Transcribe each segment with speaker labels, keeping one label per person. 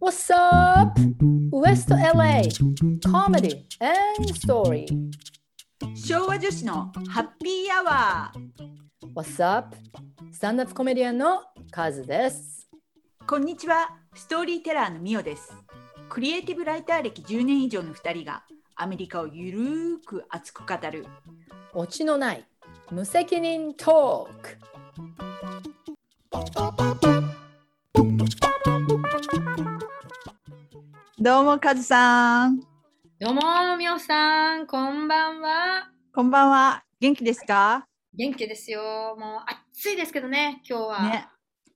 Speaker 1: What's up? West LA Comedy and Story
Speaker 2: 昭和女子のハッピーアワー
Speaker 1: What's up? スタンダップコメディアンのカズです
Speaker 2: こんにちはストーリーテラーのミオですクリエイティブライター歴10年以上の2人がアメリカをゆるーく熱く語る
Speaker 1: オチのない無責任トーク
Speaker 2: どうもカズさん
Speaker 3: どうも、みおさん、こんばんは。
Speaker 2: こんばんは元気ですか
Speaker 3: 元気ですよ。もう暑いですけどね、今日は。
Speaker 2: ね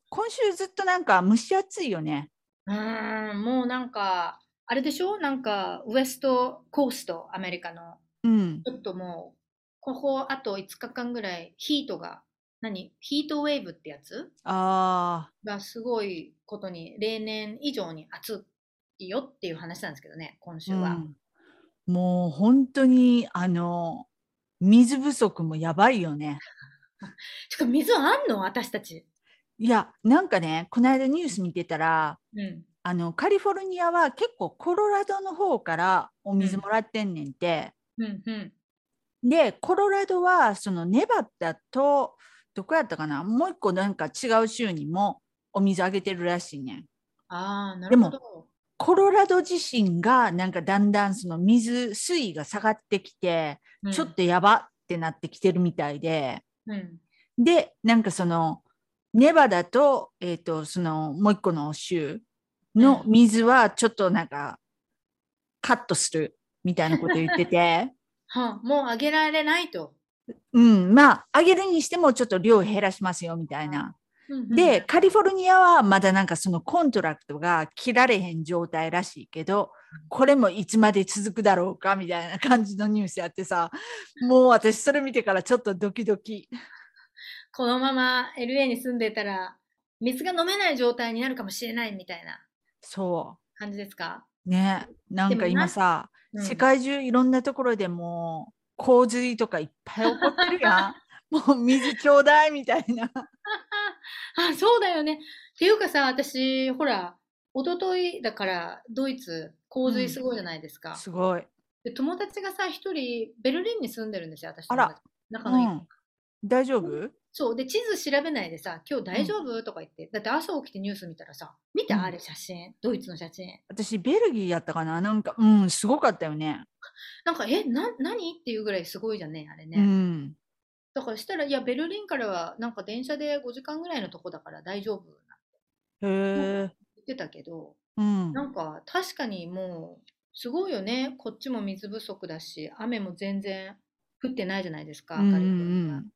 Speaker 2: 今週ずっとなんか蒸し暑いよね
Speaker 3: うーん、もうなんか、あれでしょなんか、ウエストコースト、アメリカの。
Speaker 2: うん
Speaker 3: ちょっともう、ここあと5日間ぐらい、ヒートが、何ヒートウェーブってやつ
Speaker 2: あ
Speaker 3: がすごいことに、例年以上に暑いよっていう話なんですけどね、今週
Speaker 2: ー、う
Speaker 3: は。
Speaker 2: ん、もう本当にあの水不足もやばいよね
Speaker 3: しかも水あんの私たち。
Speaker 2: いやなんかねこの間ニュース見てたら
Speaker 3: うん。
Speaker 2: あのカリフォルニアは結構コロラドの方からお水もらってんねんて、
Speaker 3: うん、うん。
Speaker 2: でコロラドはそのネバダとどこやったかなもう一個なんか違う州にもお水あげてるらしいねん
Speaker 3: ああ、な
Speaker 2: で
Speaker 3: る
Speaker 2: も
Speaker 3: ほど。
Speaker 2: コロラド自身がなんかだんだんその水水位が下がってきて、ちょっとやばってなってきてるみたいで
Speaker 3: うん、うん。
Speaker 2: でなんかそのネバダと,、えー、とそのもう一個の州の
Speaker 3: うん
Speaker 2: 水はちょっとなんかカットするみたいなこと言ってて
Speaker 3: はあ、もうあげられないと。
Speaker 2: うんまあ上げるにしてもちょっと量減らしますよみたいな。でカリフォルニアはまだなんかそのコントラクトが切られへん状態らしいけどこれもいつまで続くだろうかみたいな感じのニュースやってさもう私それ見てからちょっとドキドキ。
Speaker 3: このまま LA に住んでたら、水が飲めない状態になるかもしれないみたいな
Speaker 2: そ
Speaker 3: 感じですか、
Speaker 2: うねなんか
Speaker 3: でも
Speaker 2: 今
Speaker 3: な
Speaker 2: さ
Speaker 3: うん
Speaker 2: 世界中いろんなところでもう洪水とかいっぱい起こってるや んもう水ちょうだいみたいな
Speaker 3: あ、そうだよね。っていうかさ、私、ほら、一昨日だから、ドイツ、洪
Speaker 2: うん
Speaker 3: 水すごいじゃない ですか。
Speaker 2: すごい、
Speaker 3: で友達がさ、一人、ベルリンに住んでるんですよ、私
Speaker 2: あ
Speaker 3: の
Speaker 2: ら
Speaker 3: 友達。仲
Speaker 2: う
Speaker 3: のいい、
Speaker 2: ん、大丈夫
Speaker 3: そう。で、地図調べないでさ、今日大丈夫、とか言って。だって朝起きてニュース見たらさ、見て、
Speaker 2: うん
Speaker 3: あれ写真。ドイツの写真。
Speaker 2: 私ベルギーやったかななんかうんすごかったよね
Speaker 3: なんか、え、な、何っていうぐらいすごいじゃんね、あれね。
Speaker 2: うん
Speaker 3: だからしたら、いや、ベルリンからは、なんか電車で5時間ぐらいのとこだから大丈夫な
Speaker 2: へえ
Speaker 3: 言ってたけど、
Speaker 2: うん
Speaker 3: なんか確かにもう、すごいよね。こっちも水不足だし、雨も全然降ってないじゃないですか、
Speaker 2: うんうんう
Speaker 3: カリフォルニア
Speaker 2: ん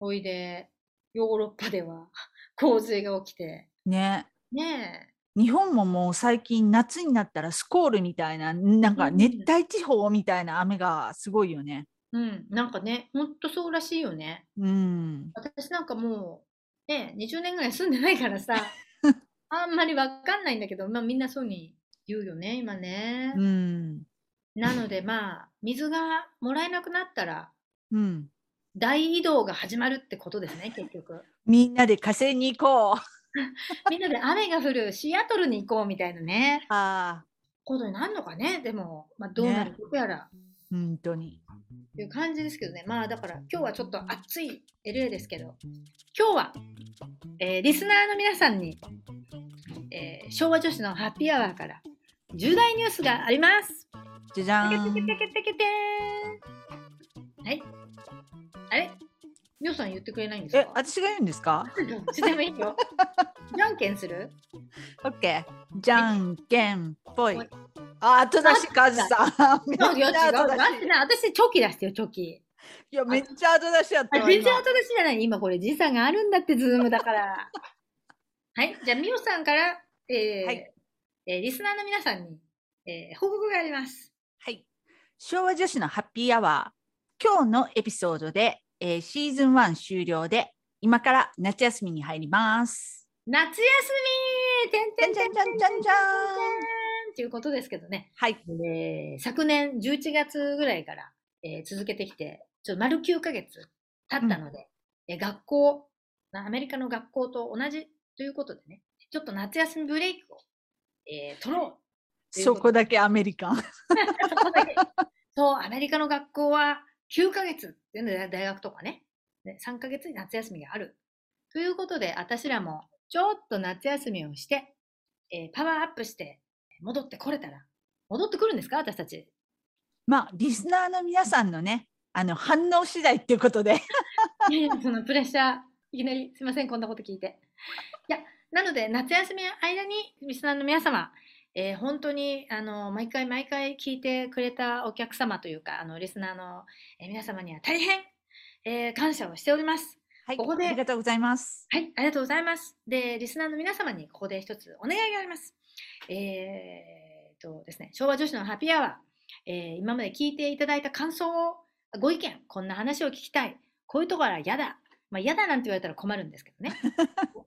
Speaker 3: ほいで、ヨーロッパでは 洪水が起きて、
Speaker 2: ね
Speaker 3: ね
Speaker 2: 日本ももう最近夏になったらスコールみたいななんか
Speaker 3: うん
Speaker 2: 熱帯地方みたいな雨がすごいよね
Speaker 3: え、うん、なんかね、ほんとそうらしいよね。
Speaker 2: うん
Speaker 3: 私なんかもう、ねえ、20年ぐらい住んでないか らさ、あんまりわかんないんだけど、まあみんなそうに言うよね、今ね。
Speaker 2: うん
Speaker 3: なのでまあ水がもらえなくなったら
Speaker 2: うん
Speaker 3: 大移動が始まるってことですね結局
Speaker 2: みんなで火星に行こう
Speaker 3: みんなで雨が降るシアトルに行こうみたいなね
Speaker 2: ああ
Speaker 3: ことになるのかねでも、まあ、どうなることやら
Speaker 2: 本当に
Speaker 3: っていう感じですけどねまあだから今日はちょっと暑い LA ですけど今日は、えーリスナーの皆さんに、えー昭和女子のハッピーアワーから重大ニュースがあります
Speaker 2: じゃじゃ
Speaker 3: テケ
Speaker 2: ー
Speaker 3: テケ
Speaker 2: ん
Speaker 3: テケテケテーンはい。あれみょうさん言ってくれないんです
Speaker 2: え
Speaker 3: か
Speaker 2: 私が言うんですか
Speaker 3: どっちでもいいよ。じゃんけんする
Speaker 2: オッケーじゃんけんぽい
Speaker 3: はい
Speaker 2: あ後出しカズさんめっち
Speaker 3: 違う違う違う。
Speaker 2: ゃ後出
Speaker 3: だっ
Speaker 2: して
Speaker 3: な、私、チョキ出してよ、チョキ。
Speaker 2: いやめっちゃ後出しやった
Speaker 3: あ
Speaker 2: わ
Speaker 3: 全然
Speaker 2: 今
Speaker 3: 後出しじゃない。今これ時差があるんだって、ズームだから。はい。じゃあ、みおさんから、えー
Speaker 2: はい
Speaker 3: えーリスナーの皆さんに、えー報告があります。
Speaker 2: はい。昭和女子のハッピーアワー。今日のエピソードで、えーシーズン1終了で、今から夏休みに入ります。
Speaker 3: 夏休みてん
Speaker 2: じゃ
Speaker 3: て
Speaker 2: ん
Speaker 3: ん
Speaker 2: じゃ
Speaker 3: て
Speaker 2: ん
Speaker 3: ん
Speaker 2: じゃ
Speaker 3: て
Speaker 2: ん
Speaker 3: ん
Speaker 2: じ
Speaker 3: て
Speaker 2: ゃ
Speaker 3: ん
Speaker 2: ん
Speaker 3: てん
Speaker 2: じゃ
Speaker 3: っていうことですけどね。
Speaker 2: ーん。はい。
Speaker 3: えー昨年11月ぐらいから、えー続けてきて、ちょっと丸9ヶ月経ったので、えー学校、アメリカの学校と同じということでね、ちょっと夏休みブレイクを、えー取ろというこ
Speaker 2: そ
Speaker 3: と
Speaker 2: こだけアメリカン。
Speaker 3: うそこだけそう、アメリカの学校は9ヶ月っていうので大学とかねね、3ヶ月に夏休みがある。ということで、私らもちょっと夏休みをして、えーパワーアップして戻ってこれたら、戻ってくるんですか私たち。
Speaker 2: まあ、リスナーの皆さんのね、あの反応次第っていうことで。
Speaker 3: いやい やそのプレッシャー、いきなりすいません、こんなこと聞いて。いや、なので、夏休みの間に、リスナーの皆様、えー本当に、あの、毎回毎回聞いてくれたお客様というか、あの、リスナーの、えー皆様には大変、えー感謝をしております。
Speaker 2: はい、
Speaker 3: ここで
Speaker 2: ありがとうございます。
Speaker 3: はい、ありがとうございます。で、リスナーの皆様に、ここで一つお願いがあります。えー、とですね、昭和女子のハッピーアワー、えー今まで聞いていただいた感想を、ご意見、こんな話を聞きたい、こういうところは嫌だ、まあ嫌だなんて言われたら困るんですけどね。 こ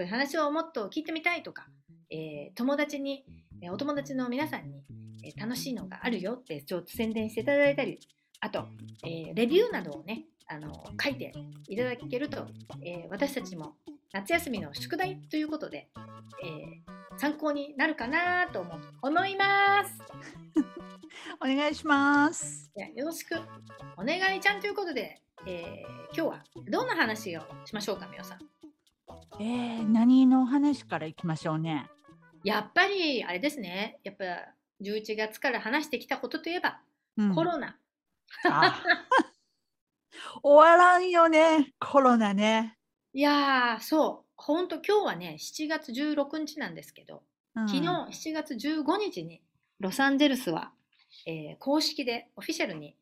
Speaker 3: ういう話をもっと聞いてみたいとか、えー友達に、えーお友達の皆さんに、えー楽しいのがあるよってちょっと宣伝していただいたり、あと、えーレビューなどをね、あの書いていただけると、えー私たちも夏休みの宿題ということで、えー参考になるかなと思思います。
Speaker 2: お願いします。
Speaker 3: じゃあよろしくお願いちゃんということで、えー今日はどんな話をしましょうか、みおさん。
Speaker 2: えー、何のお話からいきましょうね。
Speaker 3: やっぱりあれですね、やっぱ11月から話してきたことといえば、
Speaker 2: うん
Speaker 3: コロナ。
Speaker 2: あ 終わらんよね、コロナね。
Speaker 3: いやー、そう、ほんと今日はね、7月16日なんですけど、
Speaker 2: うん
Speaker 3: 昨日7月15日にロサンゼルスは、えー公式でオフィシャルに、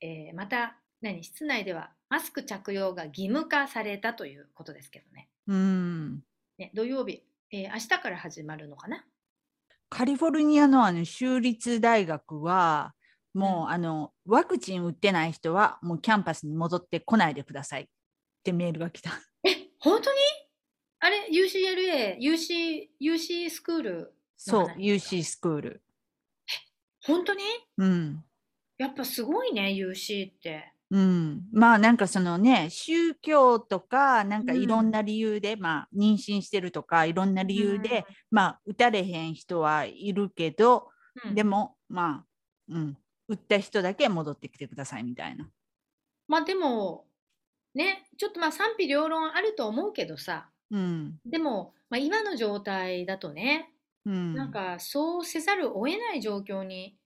Speaker 3: えーまた何室内ではマスク着用が義務化されたということですけどね
Speaker 2: うん、
Speaker 3: ね土曜日、えー明日から始まるのかな
Speaker 2: カリフォルニアのあの州立大学は、もうあのワクチン打ってない人はもうキャンパスに戻ってこないでくださいってメールが 来た。
Speaker 3: え本当にあれ UCLA UC, UC スクール
Speaker 2: そう
Speaker 3: な、んだ
Speaker 2: UC スクール。
Speaker 3: 本当に
Speaker 2: うん。
Speaker 3: やっぱすごいね UC って
Speaker 2: うん、まあなんかそのね宗教とかなんか
Speaker 3: うん
Speaker 2: いろんな理由で、まあ妊娠してるとかいろんな理由で、まあ打たれへん人はいるけど、
Speaker 3: うん
Speaker 2: でもまあ、うん、打った人だけ戻ってきてくださいみたいな。
Speaker 3: まあでもねちょっとまあ賛否両論あると思うけどさ
Speaker 2: うん
Speaker 3: でも、まあ、今の状態だとね
Speaker 2: うん、
Speaker 3: なんかそうせざるを得ない状況に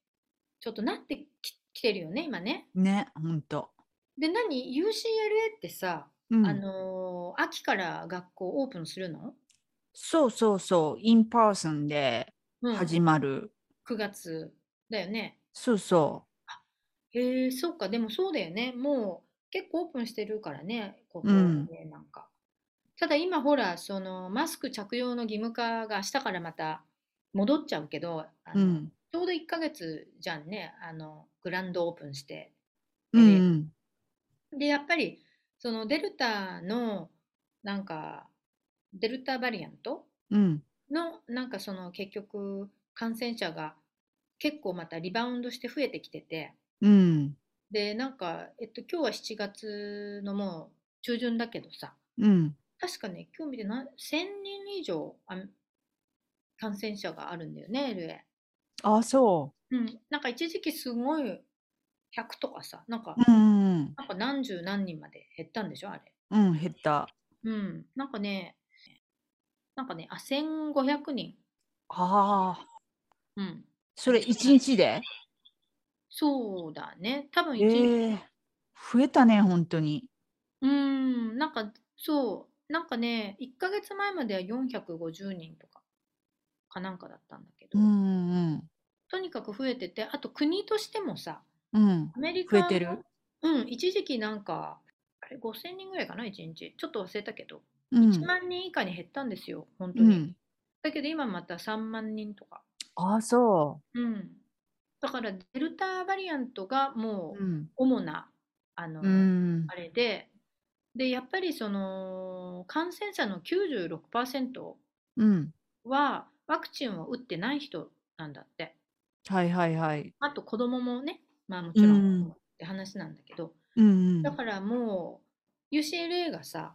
Speaker 3: ちょっとなってききてるよね今ね。
Speaker 2: ねほんと。
Speaker 3: で何 UCLA ってさ、
Speaker 2: うん
Speaker 3: あのー秋から学校オープンするの、
Speaker 2: そうそうそうインパーソンで
Speaker 3: うん、
Speaker 2: 始まる、
Speaker 3: 9月だよね。
Speaker 2: そうそ
Speaker 3: へえそうかでもそうだよねもう結構オープンしてるからねここ
Speaker 2: うん
Speaker 3: ねなんか。ただ今ほらそのマスク着用の義務化が明日からまた戻っちゃうけどあ
Speaker 2: う。う
Speaker 3: の、
Speaker 2: ん
Speaker 3: ちょうど1ヶ月じゃんねあのグランドオープンして。
Speaker 2: うん
Speaker 3: え
Speaker 2: うん
Speaker 3: で、やっぱり、そのデルタの、なんか、デルタバリアント
Speaker 2: うん
Speaker 3: の、なんかその結局、感染者が結構またリバウンドして増えてきてて、
Speaker 2: うん
Speaker 3: で、なんか、えっと、今日は7月のもう中旬だけどさ、
Speaker 2: うん
Speaker 3: 確かね、今日見てな、1000人以上、あ感染者があるんだよね、LA。
Speaker 2: あそ
Speaker 3: うん。なんか一時期すごい100とかさ、なんか、
Speaker 2: う。うん
Speaker 3: なんか何十何人まで減ったんでしょ、あれ。
Speaker 2: うんうん減った。
Speaker 3: うん、なんかね、なんかね、あ、1500人。
Speaker 2: ああ。
Speaker 3: うん。
Speaker 2: それ一日で、
Speaker 3: そうだね。多分
Speaker 2: え
Speaker 3: 一日、
Speaker 2: ー増えたね本当に。
Speaker 3: うん、なんか、そう、なんかね、1ヶ月前までは450人とか、かなんかだったんだけど、
Speaker 2: うん
Speaker 3: とにかく増えてて、あと国としてもさ、
Speaker 2: うんうん
Speaker 3: アメリカ
Speaker 2: 増え
Speaker 3: の
Speaker 2: てる。
Speaker 3: うん、一時期なんか、あれ、5000人ぐらいかな、1日。ちょっと忘れたけど、
Speaker 2: うん
Speaker 3: 1万人以下に減ったんですよ、本当
Speaker 2: う
Speaker 3: に。
Speaker 2: ん。
Speaker 3: だけど今また3万人とか。
Speaker 2: ああそ
Speaker 3: うん、だからデルタバリアントがも
Speaker 2: う。
Speaker 3: う
Speaker 2: うん。
Speaker 3: 主な、あの
Speaker 2: うん
Speaker 3: あれででやっぱりその感染者の96%
Speaker 2: うん。
Speaker 3: はワクチンを打ってない人なんだって
Speaker 2: はいはいはい。
Speaker 3: あと子供もねまあもち
Speaker 2: う
Speaker 3: ろ
Speaker 2: ん
Speaker 3: んって話なんだけど、
Speaker 2: うんう
Speaker 3: だ
Speaker 2: ん。
Speaker 3: からもう UCLA がさ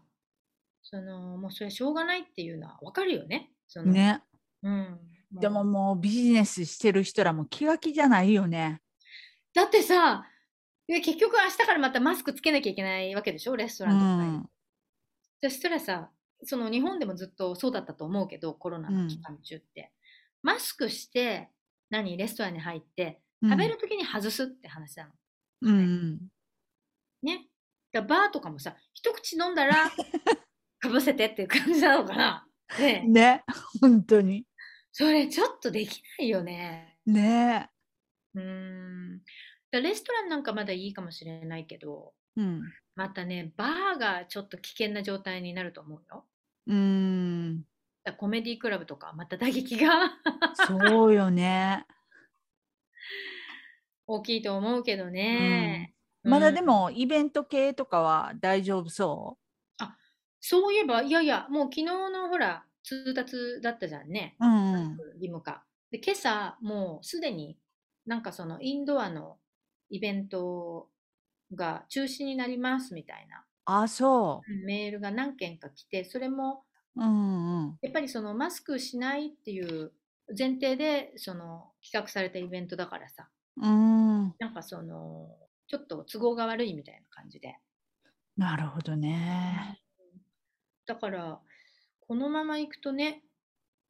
Speaker 3: そのもうそれはしょうがないっていうのはわかるよねその
Speaker 2: ね。
Speaker 3: うん、
Speaker 2: でももうビジネスしてる人らも気が気じゃないよね。
Speaker 3: だってさ、で結局明日からまたマスクつけなきゃいけないわけでしょ、レスト
Speaker 2: う
Speaker 3: ランとかに。
Speaker 2: ん、
Speaker 3: でそしたらさ、その日本でもずっとそうだったと思うけど、コロナの期間中って。マスクして、何、レストランに入って、食べるときに外すって話なの。
Speaker 2: うん、うん
Speaker 3: ね。だからバーとかもさ、一口飲んだ ら、かぶせてっていう感じなのかな。ねえ
Speaker 2: ね本当に
Speaker 3: それちょっとできないよね。
Speaker 2: ね、
Speaker 3: うーん。だレストランなんかまだいいかもしれないけど、
Speaker 2: うん、
Speaker 3: またね、バーがちょっと危険な状態になると思うよ。
Speaker 2: うん
Speaker 3: だコメディクラブとか、また打撃が
Speaker 2: そうよね。
Speaker 3: 大きいと思うけどね。
Speaker 2: まだで
Speaker 3: も、
Speaker 2: もイベント系とかは大丈夫そ
Speaker 3: そういえば、いやいや、もう昨日のほら、通達だったじゃんね。
Speaker 2: う。うん、
Speaker 3: 義務化。で、今朝、もうすでになんかそのインドアのイベントが中止になりますみたいな
Speaker 2: あ、そ
Speaker 3: うんメールが何件か来て、それも
Speaker 2: う。うんうん。
Speaker 3: やっぱりそのマスクしないっていう前提でその企画されたイベントだからさ、
Speaker 2: うん、
Speaker 3: なんかそのちょっと都合が悪いみたいな感じで。
Speaker 2: なるほどね。
Speaker 3: だから、このまま行くとね、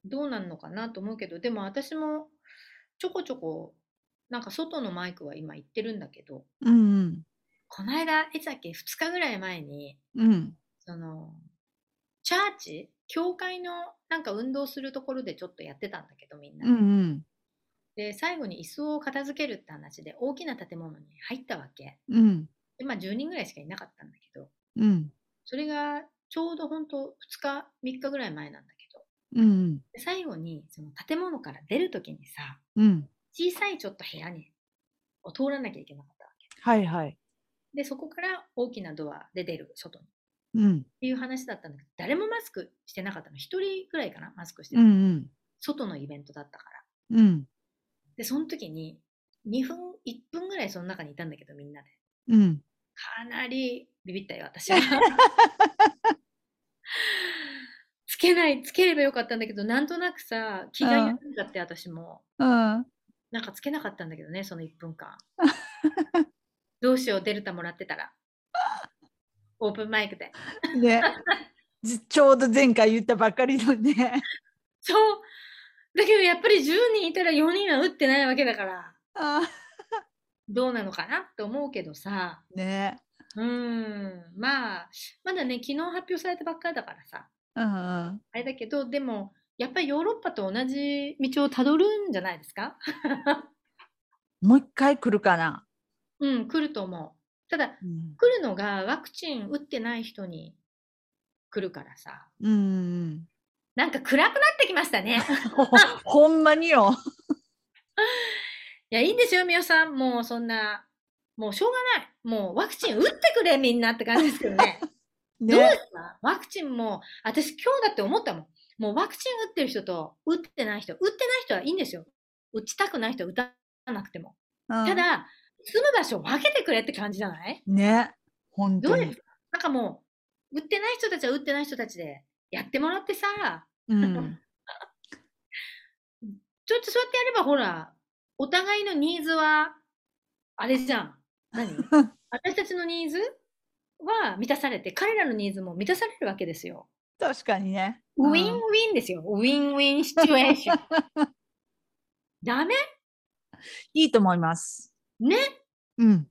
Speaker 3: どうなるのかなと思うけど、でも私もちょこちょこ、なんか外のマイクは今行ってるんだけど、
Speaker 2: うん
Speaker 3: この間、いつだっけ、2日ぐらい前に、
Speaker 2: うん、うん、
Speaker 3: その、チャーチ教会のなんか運動するところでちょっとやってたんだけど、みんな
Speaker 2: うんうん、
Speaker 3: で。で、最後に椅子を片付けるって話で、大きな建物に入ったわけ。
Speaker 2: うん、
Speaker 3: で、まあ10人ぐらいしかいなかったんだけど、
Speaker 2: うん、
Speaker 3: それがちょうど本当2日、3日ぐらい前なんだけど、
Speaker 2: うん、
Speaker 3: で最後にその建物から出るときにさ
Speaker 2: うん、
Speaker 3: 小さいちょっと部屋にを通らなきゃいけなかったわけ
Speaker 2: はいはい。
Speaker 3: でそこから大きなドアで出る外にっ
Speaker 2: うん、
Speaker 3: ていう話だったんだけど誰もマスクしてなかったの1人ぐらいかなマスクして
Speaker 2: う
Speaker 3: た、
Speaker 2: ん、
Speaker 3: 外のイベントだったから
Speaker 2: うん、うん、
Speaker 3: でその時に2分1分ぐらいその中にいたんだけどみんなで
Speaker 2: うん、
Speaker 3: かなりビビったよ私は つけないつければよかったんだけどなんとなくさ気が緩んだって私も
Speaker 2: うん、
Speaker 3: なんかつけなかったんだけどね、その1分 間。どうしよう、デルタもらってたら。オープンマイクで。
Speaker 2: ね。ず ちょうど前回言ったばっかりのね。
Speaker 3: そう。だけどやっぱり10人いたら4人は打ってないわけだから、
Speaker 2: あ
Speaker 3: どうなのかなって思うけどさ。
Speaker 2: ね。
Speaker 3: うーん。まあ、まだね、昨日発表されたばっかりだからさ。
Speaker 2: うん、うん。
Speaker 3: あれだけど、でも、やっぱりヨーロッパと同じ道をたどるんじゃないですか
Speaker 2: もう一回来るかな。
Speaker 3: うん、来ると思う。ただ、
Speaker 2: うん、
Speaker 3: 来るのがワクチン打ってない人に来るからさ。
Speaker 2: うん、
Speaker 3: なんか暗くなってきましたね。
Speaker 2: ほ ほんまによ。
Speaker 3: いや、いいんですよ、みよさん。もうそんな、もうしょうがない。もうワクチン打ってくれ、みんなって感じですけどね。どうで
Speaker 2: ね。
Speaker 3: すかワクチンも、私今日だって思ったもん。もうワクチン打ってる人と打ってない人、打ってない人はいいんですよ。打ちたくない人は打たなくても。
Speaker 2: うん
Speaker 3: ただ、住む場所を分けてくれって感じじゃない
Speaker 2: ね。本
Speaker 3: ど
Speaker 2: 当
Speaker 3: うで
Speaker 2: に
Speaker 3: す。かなんかもう、打ってない人たちは打ってない人たちでやってもらってさ、
Speaker 2: うん。
Speaker 3: ちょっとそうやってやればほら、お互いのニーズは、あれじゃん。 何私たちのニーズは満たされて、彼らのニーズも満たされるわけですよ。
Speaker 2: 確かにね。
Speaker 3: ウィンウィンですよ。ウィンウィンシチュエーショ ン。ダメ
Speaker 2: いいと思います。
Speaker 3: ね。
Speaker 2: うん。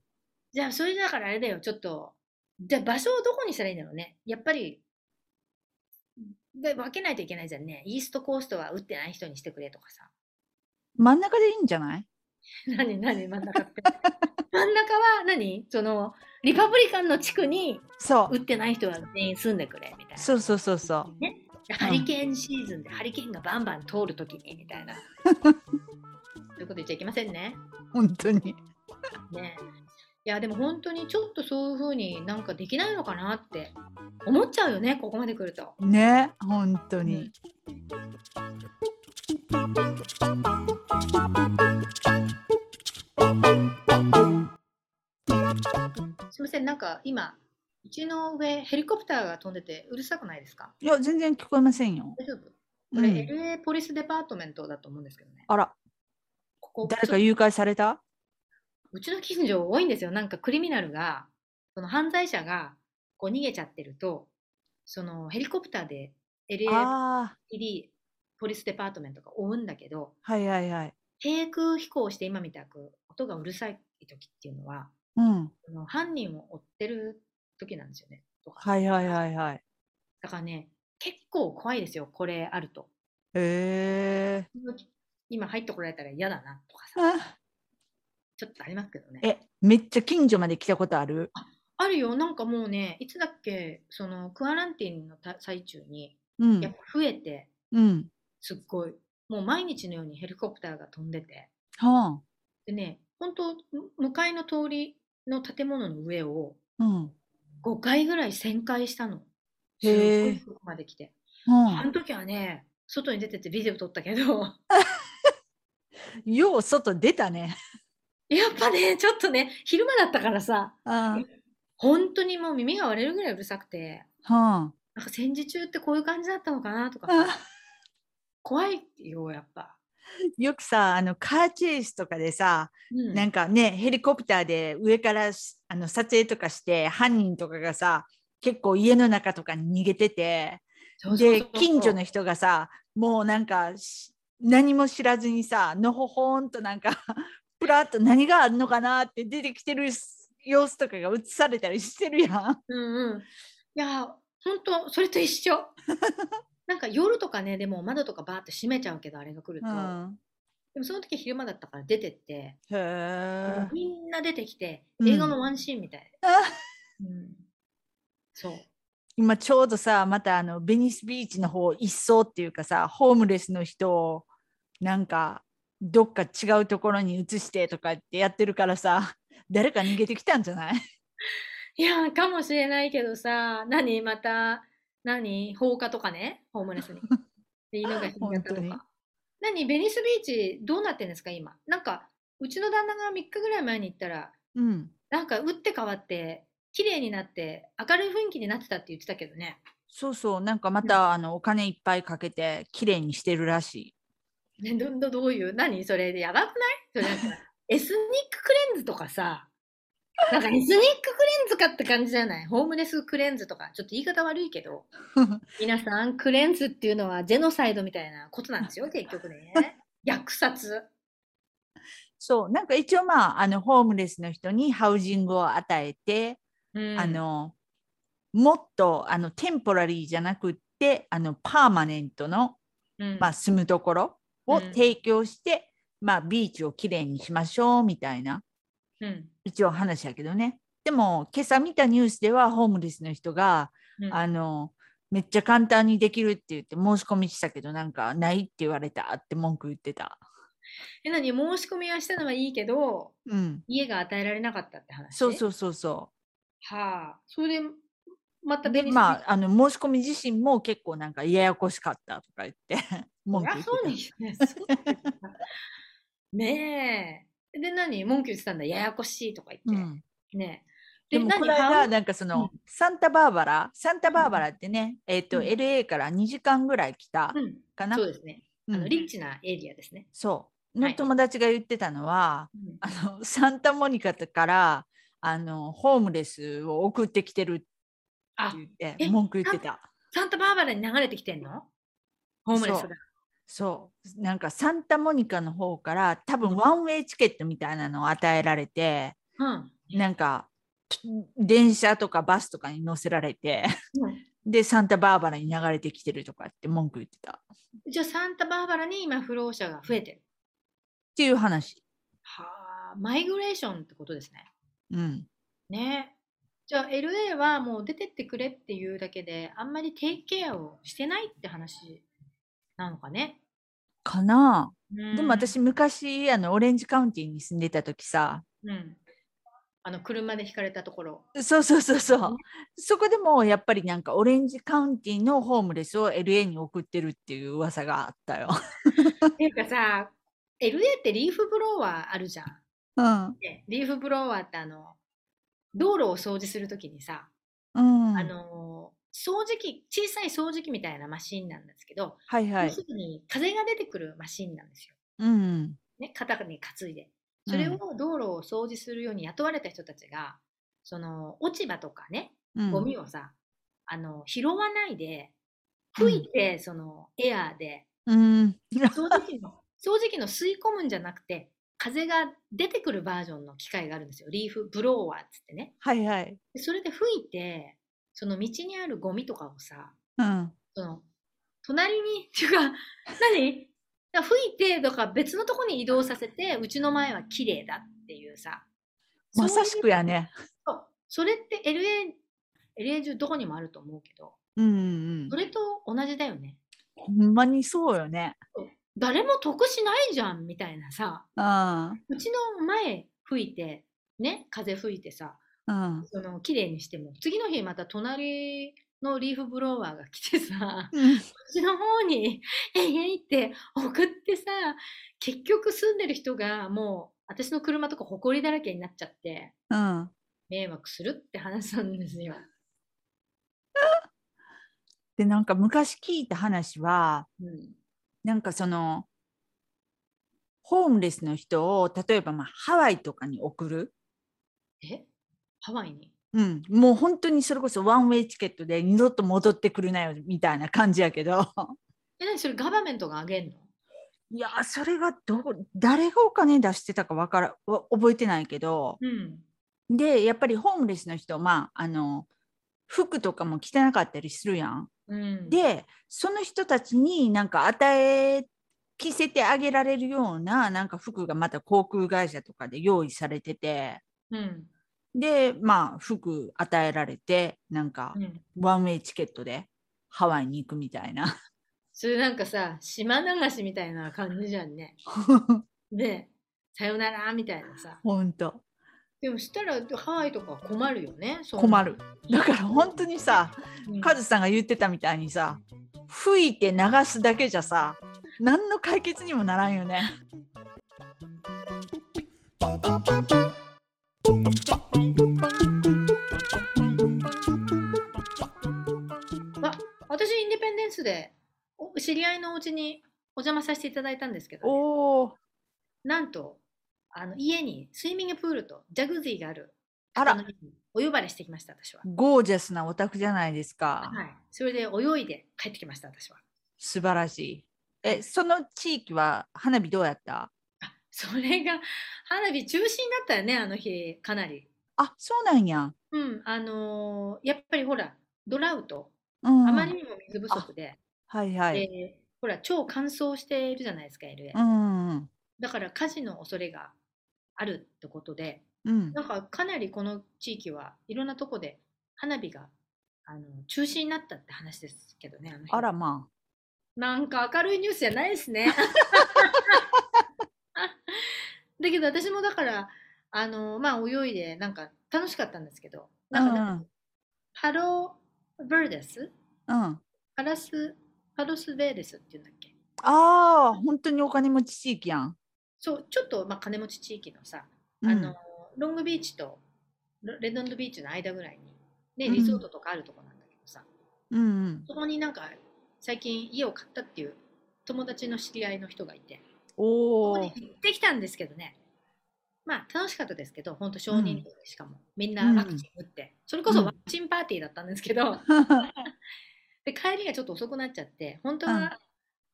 Speaker 3: じゃあ、それだからあれだよ。ちょっと、じゃあ場所をどこにしたらいいんだろうね。やっぱり、で分けないといけないじゃんね。イーストコーストは打ってない人にしてくれとかさ。
Speaker 2: 真ん中でいいんじゃない
Speaker 3: 何何真ん中って。 真ん中は何そのリパブリカンの地区に
Speaker 2: そ。
Speaker 3: 打ってない人は全員住んでくれみたいうな。
Speaker 2: そうそうそうそう。
Speaker 3: でハリケーンシーズンでハリケーンがバンバン通るときに みたいな。そういうこと言っちゃいけませんね。
Speaker 2: 本当に。
Speaker 3: ねいやでも本当にちょっとそういうふうになんかできないのかなって思っちゃうよね、ここまで来ると。
Speaker 2: ね。本当に。
Speaker 3: すみません、なんか今、うちの上ヘリコプターが飛んでてうるさくないですか
Speaker 2: いや、全然聞こえませんよ。
Speaker 3: 大丈夫これ
Speaker 2: うん
Speaker 3: LA ポリスデパートメントだと思うんですけどね。
Speaker 2: あら、
Speaker 3: ここ
Speaker 2: 誰か誘拐された
Speaker 3: うちの近所多いんですよ。なんかクリミナルが、その犯罪者がこう逃げちゃってると、そのヘリコプターで LAPD
Speaker 2: ああ、
Speaker 3: ポリスデパートメントが追うんだけど、
Speaker 2: はいはいはい。
Speaker 3: 低空飛行して今みたく音がうるさい時っていうのは、
Speaker 2: うん。
Speaker 3: その犯人を追ってる時なんですよね。とか
Speaker 2: はいはいはいはい。
Speaker 3: だからね、結構怖いですよ、これあると。
Speaker 2: へえ。
Speaker 3: 今入ってこられたら嫌だなとかさ、
Speaker 2: あ
Speaker 3: ちょっとありますけどね。
Speaker 2: え、めっちゃ近所まで来たことある
Speaker 3: あるよ、なんかもうね、いつだっけ、そのクアランティーンのた最中に、
Speaker 2: う
Speaker 3: や
Speaker 2: ん。
Speaker 3: っぱ増えて、
Speaker 2: うん。
Speaker 3: すっごい、もう毎日のようにヘリコプターが飛んでて、
Speaker 2: は
Speaker 3: でね、本当、む向かいの通りの建物の上を
Speaker 2: あ。うん。
Speaker 3: 5回ぐらい旋回したの。すご
Speaker 2: へえ
Speaker 3: いとこまで来て。あ
Speaker 2: う
Speaker 3: の時はね、外に出てってビデオ撮ったけど、
Speaker 2: ん。よう外出たね。
Speaker 3: やっぱね、ちょっとね、昼間だったからさ、
Speaker 2: あ
Speaker 3: 本当にもう耳が割れるぐらいうるさくて、
Speaker 2: あ。は
Speaker 3: なんか戦時中ってこういう感じだったのかなとか
Speaker 2: あ。
Speaker 3: さ、怖いよ、やっぱ。
Speaker 2: よくさあのカーチェイスとかでさ、
Speaker 3: うん
Speaker 2: なんかねヘリコプターで上からしあの撮影とかして犯人とかがさ結構家の中とかに逃げてて
Speaker 3: そうそうそう
Speaker 2: で
Speaker 3: そう
Speaker 2: 近所の人がさもうなんかし何も知らずにさのほほんとなんか プラッと何があるのかなって出てきてる様子とかが映されたりしてるやん。
Speaker 3: うんうん。いや、本当それと一 緒。なんか夜とかね、でも窓とかバーって閉めちゃうけど、あれが来ると。
Speaker 2: うん、
Speaker 3: でもその時昼間だったから出てって、
Speaker 2: へえ。
Speaker 3: みんな出てきて、
Speaker 2: うん
Speaker 3: 映画のワンシーンみたい。うんそう。
Speaker 2: 今ちょうどさまたあのベニスビーチの方一層っていうかさホームレスの人をなんかどっか違うところに移してとかってやってるからさ 誰か逃げてきたんじゃない
Speaker 3: いや、かもしれないけどさ、何また、何放火とかね、ホーム レスに。で、犬が死んじゃった
Speaker 2: 本当
Speaker 3: と
Speaker 2: に
Speaker 3: か。何ベニスビーチどうなってんですか、今。なんか、うちの旦那が3日ぐらい前に行ったら、
Speaker 2: うん
Speaker 3: なんか打って変わって綺麗になって明るい雰囲気になってたって言ってたけどね。
Speaker 2: そうそうなんかまたあのお金いっぱいかけて綺麗にしてるらし
Speaker 3: ねど どどういう何それやばくないそれなんかエスニッククレンズとかさなんかエスニッククレンズかって感じじゃないホームレスクレンズとかちょっと言い方悪い けど皆さんクレンズっていうのはジェノサイドみたいなことなんですよ結局ね。虐殺。
Speaker 2: いそうなんか一応まああのホームレスの人にハウジングを与えて、
Speaker 3: うん
Speaker 2: あのもっとあのテンポラリーじゃなくってあのパーマネントの
Speaker 3: うん
Speaker 2: まあ、住むところ
Speaker 3: う
Speaker 2: を
Speaker 3: ん
Speaker 2: 提供して、まあ、ビーチをきれいにしましょうみたいな
Speaker 3: うん
Speaker 2: 一応話やけどねでも今朝見たニュースではホームレスの人が、
Speaker 3: うん
Speaker 2: あのめっちゃ簡単にできるって言って申し込みしたけどなんかないって言われたって文句言ってた、
Speaker 3: え何申し込みはしたのはいいけど
Speaker 2: うん、
Speaker 3: 家が与えられなかったって話
Speaker 2: そうそうそうそ
Speaker 3: はあ、それで、また
Speaker 2: うで
Speaker 3: ベニス
Speaker 2: まああの申し込み自身も結構なんかややこしかったとか言って
Speaker 3: そ
Speaker 2: 文
Speaker 3: り
Speaker 2: 句
Speaker 3: ゃ
Speaker 2: 言って
Speaker 3: そう
Speaker 2: た
Speaker 3: ですね。そうですよねえ。で、何文句言ってたんだ、ややこしいとか言
Speaker 2: う
Speaker 3: っ
Speaker 2: ん
Speaker 3: て。ねえ。
Speaker 2: でもこの
Speaker 3: ハ
Speaker 2: 間
Speaker 3: ウ
Speaker 2: なんかその、
Speaker 3: う
Speaker 2: サンタバーバラサンタバーバラってね、えっと
Speaker 3: うん
Speaker 2: LA から2時間ぐらい来た
Speaker 3: うん、
Speaker 2: かな、
Speaker 3: そうですね。
Speaker 2: う
Speaker 3: あ
Speaker 2: ん
Speaker 3: のリッチなエリアですね。
Speaker 2: そうの
Speaker 3: はい
Speaker 2: 友達が言ってたのは、
Speaker 3: うん
Speaker 2: あのサンタモニカからあのホームレスを送ってきてるっ
Speaker 3: あ
Speaker 2: て、言って
Speaker 3: え
Speaker 2: 文句言ってた
Speaker 3: サンタバーバラに流れてきてんのホームレス
Speaker 2: そ
Speaker 3: が
Speaker 2: う。そうなんかサンタモニカの方から多分ワンウェイチケットみたいなのを与えられて
Speaker 3: うん。
Speaker 2: なんか電車とかバスとかに乗せられて
Speaker 3: うん
Speaker 2: でサンタバーバラに流れてきてるとかって文句言ってたっ
Speaker 3: じゃあ、サンタバーバラに今、不老者が増えてる。
Speaker 2: ていう話
Speaker 3: はあ、マイグレーションってことですね。
Speaker 2: うん
Speaker 3: ねじゃあ LA はもう出てってくれっていうだけであんまりテイクケアをしてないって話なのかね。
Speaker 2: かなあ
Speaker 3: で
Speaker 2: でも、私昔あのオレンジカウンティに住んでた時さ
Speaker 3: うん、あの車でひかれたところ。
Speaker 2: そうそうそうそうそこでもやっぱりなんかオレンジカウンティのホームレスを LA に送ってるっていう噂があったよ。
Speaker 3: っていうかさ LA ってリーフブロワーあるじゃん。
Speaker 2: うん
Speaker 3: ねリーフブロワーってあの道路を掃除するときにさ、
Speaker 2: うん、
Speaker 3: あの掃除機、小さい掃除機みたいなマシンなんですけど、
Speaker 2: はいは
Speaker 3: 要
Speaker 2: い
Speaker 3: す。るに風が出てくるマシンなんですよ。
Speaker 2: うん。
Speaker 3: ね、肩に担いで。それを
Speaker 2: うん
Speaker 3: 道路を掃除するように雇われた人たちが、その落ち葉とかね、
Speaker 2: うん
Speaker 3: ゴミをさ、あの拾わないで、吹いて、そのエアーで
Speaker 2: うん。
Speaker 3: 掃除機の掃除機の吸い込むんじゃなくて風が出てくるバージョンの機械があるんですよリーフブロワーっつってね
Speaker 2: はいはい。
Speaker 3: でそれで吹いてその道にあるゴミとかをさ
Speaker 2: うん。
Speaker 3: その隣にっていうか何だから吹いてとか別のとこに移動させてうちの前は綺麗だっていうさ
Speaker 2: まさしくやね。
Speaker 3: そうそれって LA, LA 中どこにもあると思うけど
Speaker 2: うんうん
Speaker 3: そ。れと同じだよね
Speaker 2: ほんまにそうよね。
Speaker 3: 誰も得しないじゃんみたいなさ
Speaker 2: うん。うん。
Speaker 3: うちの前吹いて、ね、風吹いてさ、その綺麗にしても、次の日また隣のリーフブロワーが来てさ、
Speaker 2: うん
Speaker 3: うちの方に、 えいえいって送ってさ、結局住んでる人がもう、私の車とか埃だらけになっちゃって、
Speaker 2: うん。
Speaker 3: 迷惑するって話なんですよ。
Speaker 2: で、なんか昔聞いた話は、
Speaker 3: うん。
Speaker 2: なんかその、ホームレスの人を例えばまあハワイとかに送る、
Speaker 3: えハワイに
Speaker 2: うん、もう本当にそれこそワンウェイチケットで二度と戻ってくるなよみたいな感じやけ ど
Speaker 3: え、何それガバメントがあげんの
Speaker 2: いやそれがどこ誰がお金出してたかわからわ覚えてないけど
Speaker 3: うん。
Speaker 2: でやっぱりホームレスの人まああの服とかも着てなかったりするやん。
Speaker 3: うん、、
Speaker 2: でその人たちになんか与え着せてあげられるようななんか服がまた航空会社とかで用意されてて
Speaker 3: うん。
Speaker 2: でまあ服与えられてなんか
Speaker 3: うん
Speaker 2: ワンウェイチケットでハワイに行くみたいな。
Speaker 3: それなんかさ、島流しみたいな感じじゃんね。で、さよならみたいなさ。
Speaker 2: ほんと
Speaker 3: でもしたらハワイとかは困るよね。そんな
Speaker 2: 困る。だから本当にさ
Speaker 3: うん
Speaker 2: カズさんが言ってたみたいにさ吹いて流すだけじゃさ何の解決にもならんよね。
Speaker 3: 私、インディペンデンスでお知り合いのお家にお邪魔させていただいたんですけどね、
Speaker 2: おお
Speaker 3: なんとあの家にスイミングプールとジャグジーがある
Speaker 2: あ
Speaker 3: あの
Speaker 2: ら
Speaker 3: 家にお呼ばれしてきました、私は。
Speaker 2: ゴージャスなお宅じゃないですか。
Speaker 3: はい、それで泳いで帰ってきました、私は。
Speaker 2: 素晴らしい。えその地域は花火どうやった
Speaker 3: あそれが花火中止になったよね、あの日、かなり。
Speaker 2: あそうなんや。
Speaker 3: うん、あのーやっぱりほら、ドラウト、
Speaker 2: うん、
Speaker 3: あまりにも水不足で、
Speaker 2: はいはい。
Speaker 3: でほら、超乾燥しているじゃないですか、LA。
Speaker 2: うんうん
Speaker 3: だから火事の恐れがあるってことで、
Speaker 2: うん
Speaker 3: なんかかなりこの地域はいろんなとこで花火があの中止になったって話ですけどね。の日
Speaker 2: あらま
Speaker 3: なんか明るいニュースじゃないですね。だけど私もだから、あの、まあ泳いでなんか楽しかったんですけど、
Speaker 2: あ。
Speaker 3: なんかねパロベルデス
Speaker 2: うんうん
Speaker 3: パラス、パロスベーデスっていうんだっけ
Speaker 2: ああ、本当にお金持ち地域やん。
Speaker 3: そう、ちょっと、まあ、金持ち地域のさ、
Speaker 2: うん
Speaker 3: あのロングビーチとロレッドンドビーチの間ぐらいに、
Speaker 2: う
Speaker 3: ね、
Speaker 2: ん
Speaker 3: リゾートとかあるとこなんだけどさ、
Speaker 2: うんうん、
Speaker 3: そこになんか最近家を買ったっていう友達の知り合いの人がいて、
Speaker 2: お
Speaker 3: ここ
Speaker 2: お
Speaker 3: に、行ってきたんですけどね、まあ楽しかったですけど、本当少人数でしかも、みんなワクチン打って、それこそワクチンパーティーだったんですけど、で帰りがちょっと遅くなっちゃって、本当
Speaker 2: うん
Speaker 3: は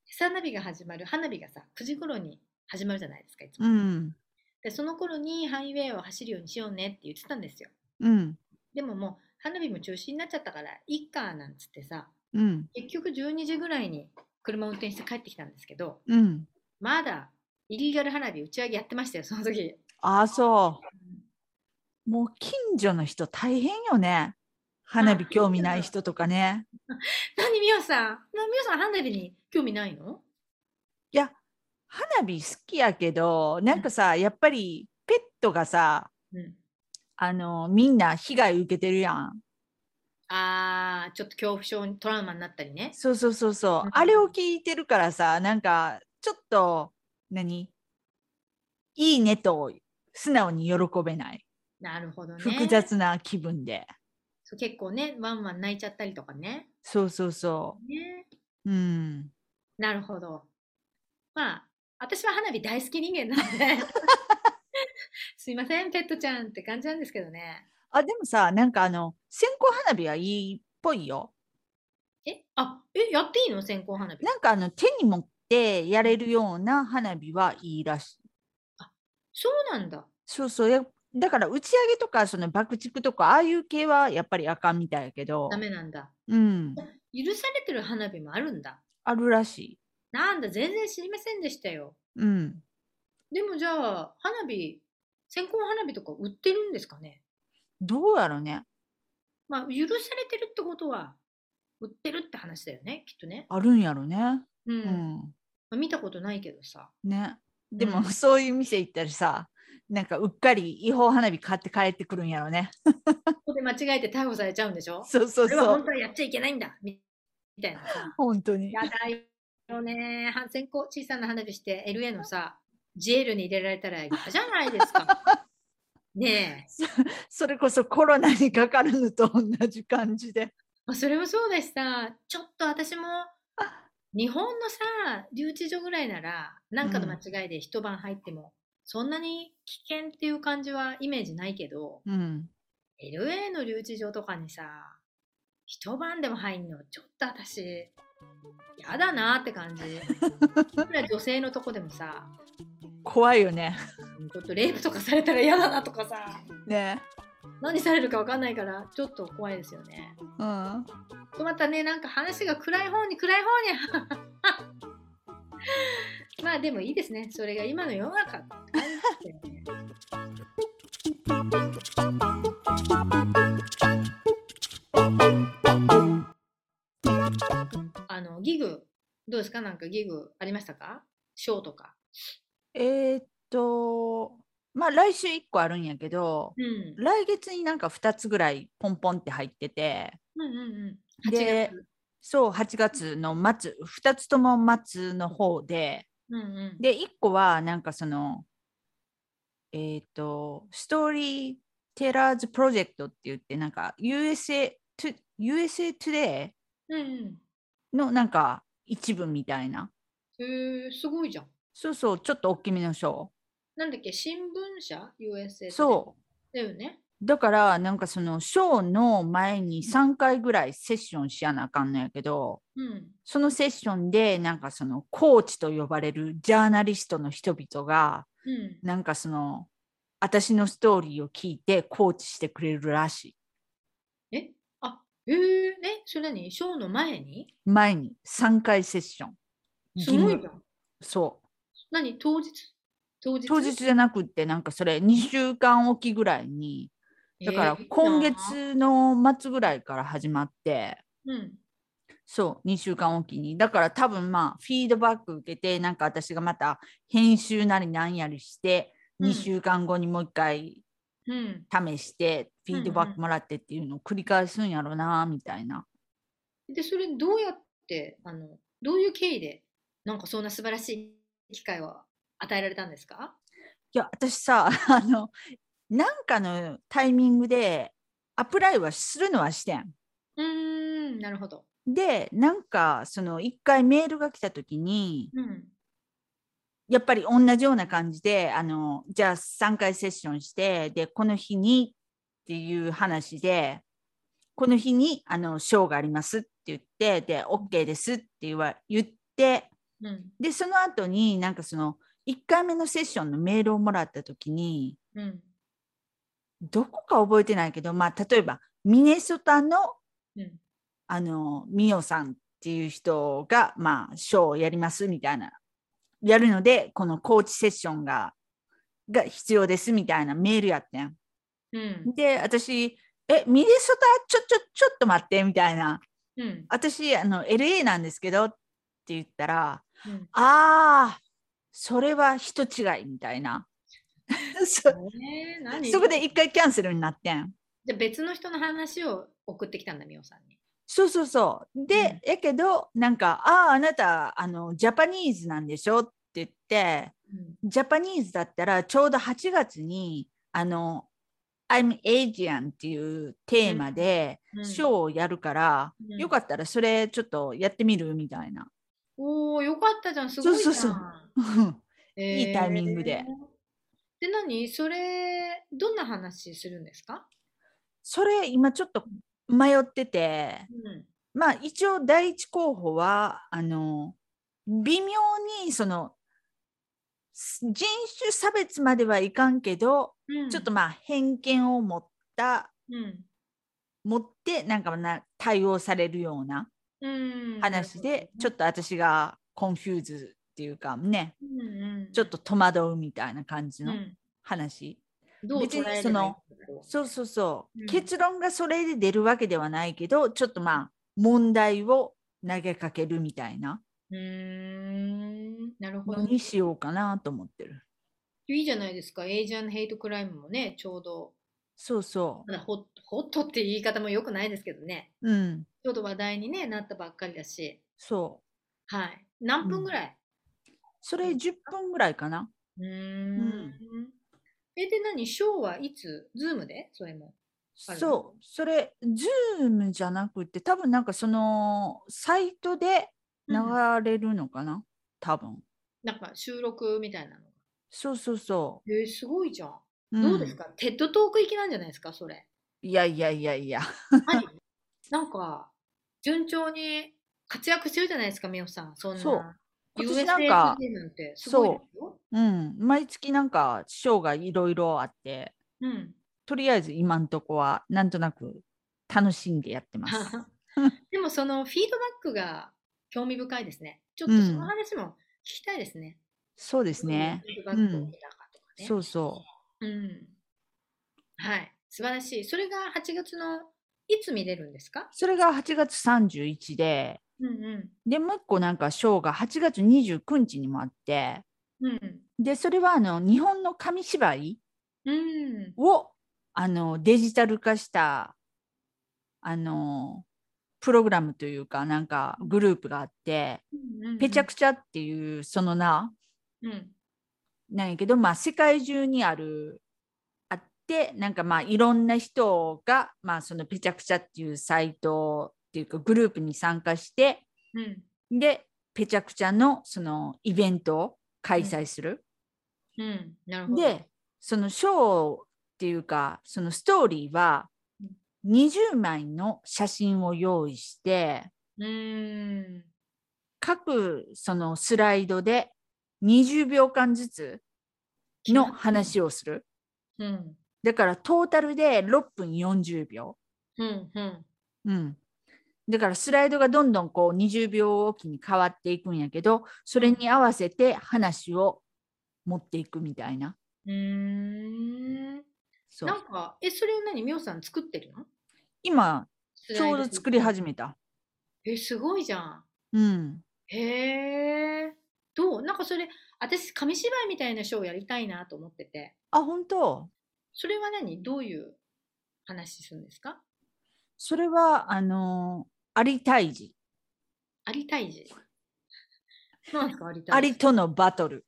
Speaker 3: サナビが始まる、花火がさ、9時頃に始まるじゃないですか、いつ
Speaker 2: う
Speaker 3: も。
Speaker 2: ん、
Speaker 3: で、その頃にハイウェイを走るようにしようねって言ってたんですよ。
Speaker 2: うん、
Speaker 3: でももう花火も中止になっちゃったからいっかなんつってさ
Speaker 2: うん、
Speaker 3: 結局12時ぐらいに車を運転して帰ってきたんですけど
Speaker 2: うん。
Speaker 3: まだイリーガル花火打ち上げやってましたよその時
Speaker 2: ああ、そう。もう近所の人大変よね。花火興味ない人とかね。
Speaker 3: 何美桜さんな美桜さん花火に興味ないの
Speaker 2: いや、花火好きやけど、なんかさ、やっぱりペットがさ、
Speaker 3: うん
Speaker 2: あの、みんな被害受けてるやん。
Speaker 3: あーちょっと恐怖症にトラウマになったりね
Speaker 2: そうそうそうそうう。
Speaker 3: ん
Speaker 2: あれを聞いてるからさ、なんか、ちょっと、何いいねと、素直に喜べない。
Speaker 3: なるほどね
Speaker 2: 複雑な気分で。
Speaker 3: 結構ね、ワンワン泣いちゃったりとかね。
Speaker 2: そうそうそ
Speaker 3: ね
Speaker 2: う。うん。
Speaker 3: なるほど。まあ、私は花火大好き人間なん で、すいません、ペットちゃんって感じなんですけどね。
Speaker 2: あ、でもさ、なんかあの、線香花火はいいっぽいよ。
Speaker 3: え、あ、え、やっていいの線香花火。
Speaker 2: なんかあの、手に持ってやれるような花火はいいらしい。
Speaker 3: そうなんだ。
Speaker 2: そうそう。やだから打ち上げとか、その爆竹とか、ああいう系はやっぱりあかんみたいやけど
Speaker 3: ダ、メなんだ。
Speaker 2: うん、
Speaker 3: 許されてる花火もあるんだ。
Speaker 2: あるらしい。
Speaker 3: なんだ、全然知りませんでしたよ。
Speaker 2: うん。
Speaker 3: でもじゃあ、花火、線香花火とか売ってるんですかね
Speaker 2: どうやろね。
Speaker 3: まあ、許されてるってことは、売ってるって話だよね、きっとね。
Speaker 2: あるんやろね。
Speaker 3: うん。
Speaker 2: うん。
Speaker 3: まあ見たことないけどさ。
Speaker 2: ね。でも、
Speaker 3: うん
Speaker 2: そういう店行ったらさ、なんかうっかり違法花火買って帰ってくるんやろね。
Speaker 3: ここで間違えて逮捕されちゃうんでしょ
Speaker 2: そうそう
Speaker 3: これは
Speaker 2: そ
Speaker 3: 本
Speaker 2: う。
Speaker 3: 当はやっちゃいけないんだみみたいなさ。
Speaker 2: 本当に
Speaker 3: や。だよね。は線香、小さな花火して LA のさ、ジェールに入れられたら嫌じゃないですか。ねえ。
Speaker 2: それこそコロナにかかるのと同じ感じで。
Speaker 3: まあ、それもそうだしさ、ちょっと私も、日本のさ、留置所ぐらいなら、なんかの間違いで一晩入っても、そんなに危険っていう感じはイメージないけど、
Speaker 2: うん。
Speaker 3: LA の留置場とかにさ、一晩でも入んの、ちょっと私、やだなって感じ。いくら女性のとこでもさ、
Speaker 2: 怖いよね。
Speaker 3: ちょっとレイプとかされたら嫌だなとかさ、
Speaker 2: ね。
Speaker 3: 何されるかわかんないから、ちょっと怖いですよね。
Speaker 2: うん。
Speaker 3: またね、なんか話が暗い方に 暗い方に。まあでもいいですね。それが今の世の中って感じですよね。あのギグどうですかなんかギグありましたかショーとか。
Speaker 2: えーっと、まあ来週1個あるんやけど、
Speaker 3: うん。
Speaker 2: 来月になんか2つぐらいポンポンって入ってて、
Speaker 3: うんうんうん。
Speaker 2: で
Speaker 3: 8月
Speaker 2: そう、8月の末、2つとも末の方で、
Speaker 3: うんうん。
Speaker 2: で、1個はなんかその、えーっと、ストーリーテラーズプロジェクトって言って、なんか USA, to USA Today
Speaker 3: うんうん。
Speaker 2: のなんか一部みたいな、
Speaker 3: へえすごいじゃん。
Speaker 2: そうそう、ちょっと大きめのショー。
Speaker 3: なんだっけ新聞社 USA
Speaker 2: そう。
Speaker 3: う。だよね。
Speaker 2: だからなんかそのショーの前に3回ぐらいセッションしやなあかんのやけど
Speaker 3: うん。
Speaker 2: そのセッションでなんかそのコーチと呼ばれるジャーナリストの人々が
Speaker 3: うん。
Speaker 2: なんかその私のストーリーを聞いてコーチしてくれるらし
Speaker 3: えあ、えー、え、それ何ショーの前に
Speaker 2: い前に3回セッション
Speaker 3: すごい
Speaker 2: 義
Speaker 3: じゃ
Speaker 2: 務
Speaker 3: ん。
Speaker 2: そう
Speaker 3: 何当日当日
Speaker 2: 当日じゃなくってなんかそれ2週間おきぐらいにだから今。
Speaker 3: えーい
Speaker 2: 月
Speaker 3: い
Speaker 2: の末ぐらいから始まって
Speaker 3: なうん。
Speaker 2: そう、2週間おきに。だから多分まあ、フィードバック受けて、なんか私がまた編集なりなんやりして、
Speaker 3: うん
Speaker 2: 2週間後にもう一回
Speaker 3: うん。
Speaker 2: 試して、フィードバッ
Speaker 3: うんう
Speaker 2: クもらってっていうのを繰り返すんやろな、みたいな。
Speaker 3: で、それどうやって、あの、どういう経緯で、なんかそんな素晴らしい機会を与えられたんですか
Speaker 2: いや、私さ、 あの、なんかのタイミングでアプライはするのはしてん。
Speaker 3: うーん、なるほど。
Speaker 2: で、なんかその一回メールが来た時に、
Speaker 3: うん。
Speaker 2: やっぱり同じような感じであのじゃあ3回セッションしてでこの日にっていう話でこの日にあのショーがありますって言ってで OK ですって言わ言って
Speaker 3: うん。
Speaker 2: でその後になんかその1回目のセッションのメールをもらった時に
Speaker 3: うん。
Speaker 2: どこか覚えてないけど、まあ、例えばミネソタの
Speaker 3: うん。
Speaker 2: あのミオさんっていう人が、まあ、ショーをやりますみたいなやるのでこのコーチセッションがが必要ですみたいなメールやってん。
Speaker 3: うん。
Speaker 2: で私「えミネソタちょちょちょっと待って」みたいな
Speaker 3: う
Speaker 2: 「
Speaker 3: ん
Speaker 2: 私あの LA なんですけど」って言ったら
Speaker 3: うん
Speaker 2: 「あーそれは人違い」みたいな。そ
Speaker 3: ねえ 何
Speaker 2: そこで一回キャンセルになってん。
Speaker 3: じゃあ別の人の話を送ってきたんだ、みおさんに。
Speaker 2: そうそうそう。で、やけど、なんか、ああ、あなた、あの、ジャパニーズなんでしょって言って、
Speaker 3: うん
Speaker 2: ジャパニーズだったら、ちょうど8月に、あの、 I'm Asian っていうテーマでショーをやるから、
Speaker 3: うん
Speaker 2: よかったらそれちょっとやってみるみたいな。
Speaker 3: おお、よかったじゃん。すごいじゃ
Speaker 2: そ
Speaker 3: ん。
Speaker 2: うそうそういいタイミング
Speaker 3: え
Speaker 2: で
Speaker 3: ー。で、何それ、どんな話するんですか
Speaker 2: それ今ちょっと迷ってて、
Speaker 3: うん。
Speaker 2: まあ一応第一候補は、あの、微妙にその、す人種差別まではいかんけど、
Speaker 3: うん、
Speaker 2: ちょっと、まあ偏見を持った、
Speaker 3: うん。
Speaker 2: 持ってなんかな対応されるような
Speaker 3: うん、
Speaker 2: 話で、ちょっ
Speaker 3: と、
Speaker 2: と私がコンフューズっていうかね、
Speaker 3: うんうん、
Speaker 2: ちょっと戸惑うみたいな感じ
Speaker 3: う
Speaker 2: の
Speaker 3: ん、
Speaker 2: 話。
Speaker 3: どう
Speaker 2: 別に
Speaker 3: 捉えればいい
Speaker 2: その
Speaker 3: んだろう
Speaker 2: そうそうそう、
Speaker 3: うん
Speaker 2: 結論がそれで出るわけではないけどちょっとまあ問題を投げかけるみたいな
Speaker 3: うーん、なるほど
Speaker 2: の。にしようかなと思ってる。
Speaker 3: いいじゃないですか。エイジアンヘイトクライムもね、ちょうど、
Speaker 2: そうそ
Speaker 3: まだホッホットっていう言い方も良くないですけどね、
Speaker 2: う。うん。
Speaker 3: ちょうど話題に、ね、なったばっかりだし、
Speaker 2: そう。
Speaker 3: はい。何分ぐらい、
Speaker 2: それ10分ぐらいかな。
Speaker 3: うーん。え、で何ショーはいつズームでそれも。ある
Speaker 2: そう。それ、ズームじゃなくて、多分なんかその、サイトで流
Speaker 3: うん
Speaker 2: れるのかな、多分。
Speaker 3: なんか収録みたいなの。
Speaker 2: そうそうそ
Speaker 3: えーすごいじゃん。
Speaker 2: う。
Speaker 3: どうです
Speaker 2: か、
Speaker 3: か、テッドトーク行きなんじゃないですかそ れ。
Speaker 2: いやいやいやいや。
Speaker 3: はい。なんか、順調に活躍してるじゃないですか、みおさん。そんな。
Speaker 2: そう今年
Speaker 3: USA
Speaker 2: なんか
Speaker 3: today なんてすごいですよ。
Speaker 2: うん。毎月なんか、ショーがいろいろあって。
Speaker 3: うん。
Speaker 2: とりあえず今んとこはなんとなく楽しんでやって ます。
Speaker 3: でもそのフィードバックが興味深いですね。ちょっとその
Speaker 2: うん
Speaker 3: 話も聞きたいですね。
Speaker 2: そうですね
Speaker 3: ど。ういうフィードバックを
Speaker 2: うん
Speaker 3: 受けたかとかね。
Speaker 2: そうそ
Speaker 3: うん。はい。素晴らしい。それが8月のいつ見れるんですか
Speaker 2: う。それが8月31で、
Speaker 3: うんう
Speaker 2: で、もう一個なんかショーが8月29日にもあって、
Speaker 3: ん。うん。
Speaker 2: で、それはあの日本の紙芝居
Speaker 3: うん。
Speaker 2: をあのデジタル化したあのプログラムというかなんかグループがあって、ぺちゃくちゃっていうその名
Speaker 3: うんうん。
Speaker 2: なんやけど、まあ、世界中にあるあってなんかまあいろんな人が、まあ、そのペチャクチャっていうサイトっていうかグループに参加して
Speaker 3: うん。
Speaker 2: でペチャクチャのそのイベントを開催する。
Speaker 3: うん。なるほど。
Speaker 2: でそのショーっていうかそのストーリーは20枚の写真を用意して
Speaker 3: うーん。
Speaker 2: 各そのスライドで20秒間ずつの話をする。
Speaker 3: うん。
Speaker 2: だからトータルで6分40秒。
Speaker 3: うん。うん。
Speaker 2: うん。だからスライドがどんどんこう20秒おきに変わっていくんやけど、それに合わせて話を持っていくみたいな。
Speaker 3: うーん。
Speaker 2: そう
Speaker 3: なんか、え、それを何、みおさん作ってるの
Speaker 2: 今
Speaker 3: ち
Speaker 2: ちょうど作り始めた。
Speaker 3: めえ、すごいじゃん。
Speaker 2: うん。
Speaker 3: へえ。どうなんかそれ、私、紙芝居みたいなショーをやりたいなと思ってて、
Speaker 2: あ、本当
Speaker 3: それは何どういう話するんですか
Speaker 2: それは、あのー、アリ退治。
Speaker 3: アリ退治。なんですか、アリ退治。
Speaker 2: アリとのバトル。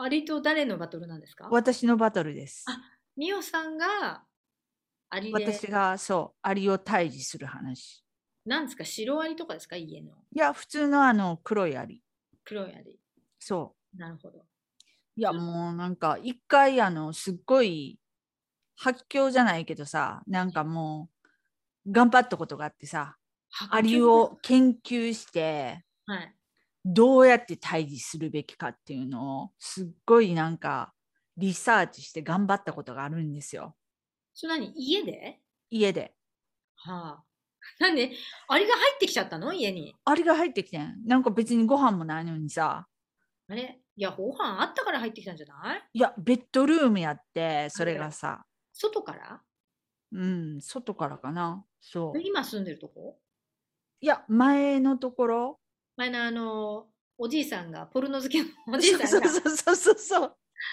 Speaker 3: アリと誰のバトルなんですか
Speaker 2: 私のバトルです。
Speaker 3: あミオさんが、アリで、
Speaker 2: 私がそう、アリを退治する話。
Speaker 3: なんですか、白アリとかですか家の。
Speaker 2: いや、普通のあの、黒いアリ。
Speaker 3: 黒いアリ。
Speaker 2: そう。
Speaker 3: なるほど。
Speaker 2: いや
Speaker 3: うん
Speaker 2: もうなんか一回あのすっごい発狂じゃないけどさなんかもう頑張ったことがあってさアリを研究して
Speaker 3: はい。
Speaker 2: どうやって対峙するべきかっていうのをすっごいなんかリサーチして頑張ったことがあるんですよ
Speaker 3: それ何家で
Speaker 2: 家で。
Speaker 3: はあ。なんで、アリが入ってきちゃったの家に。
Speaker 2: アリが入ってきてんなんか別にご飯もないのにさ
Speaker 3: あれいや、ご飯あったから入ってきたんじゃない
Speaker 2: いやベッドルームやってそれがさ
Speaker 3: 外から
Speaker 2: うん外からかなそう
Speaker 3: 今住んでるとこ
Speaker 2: いや前のところ
Speaker 3: 前のあの、おじいさんが、ポルノ好きのおじい
Speaker 2: そ
Speaker 3: さ
Speaker 2: うん
Speaker 3: が、
Speaker 2: そ
Speaker 3: そう
Speaker 2: そうそうそう
Speaker 3: う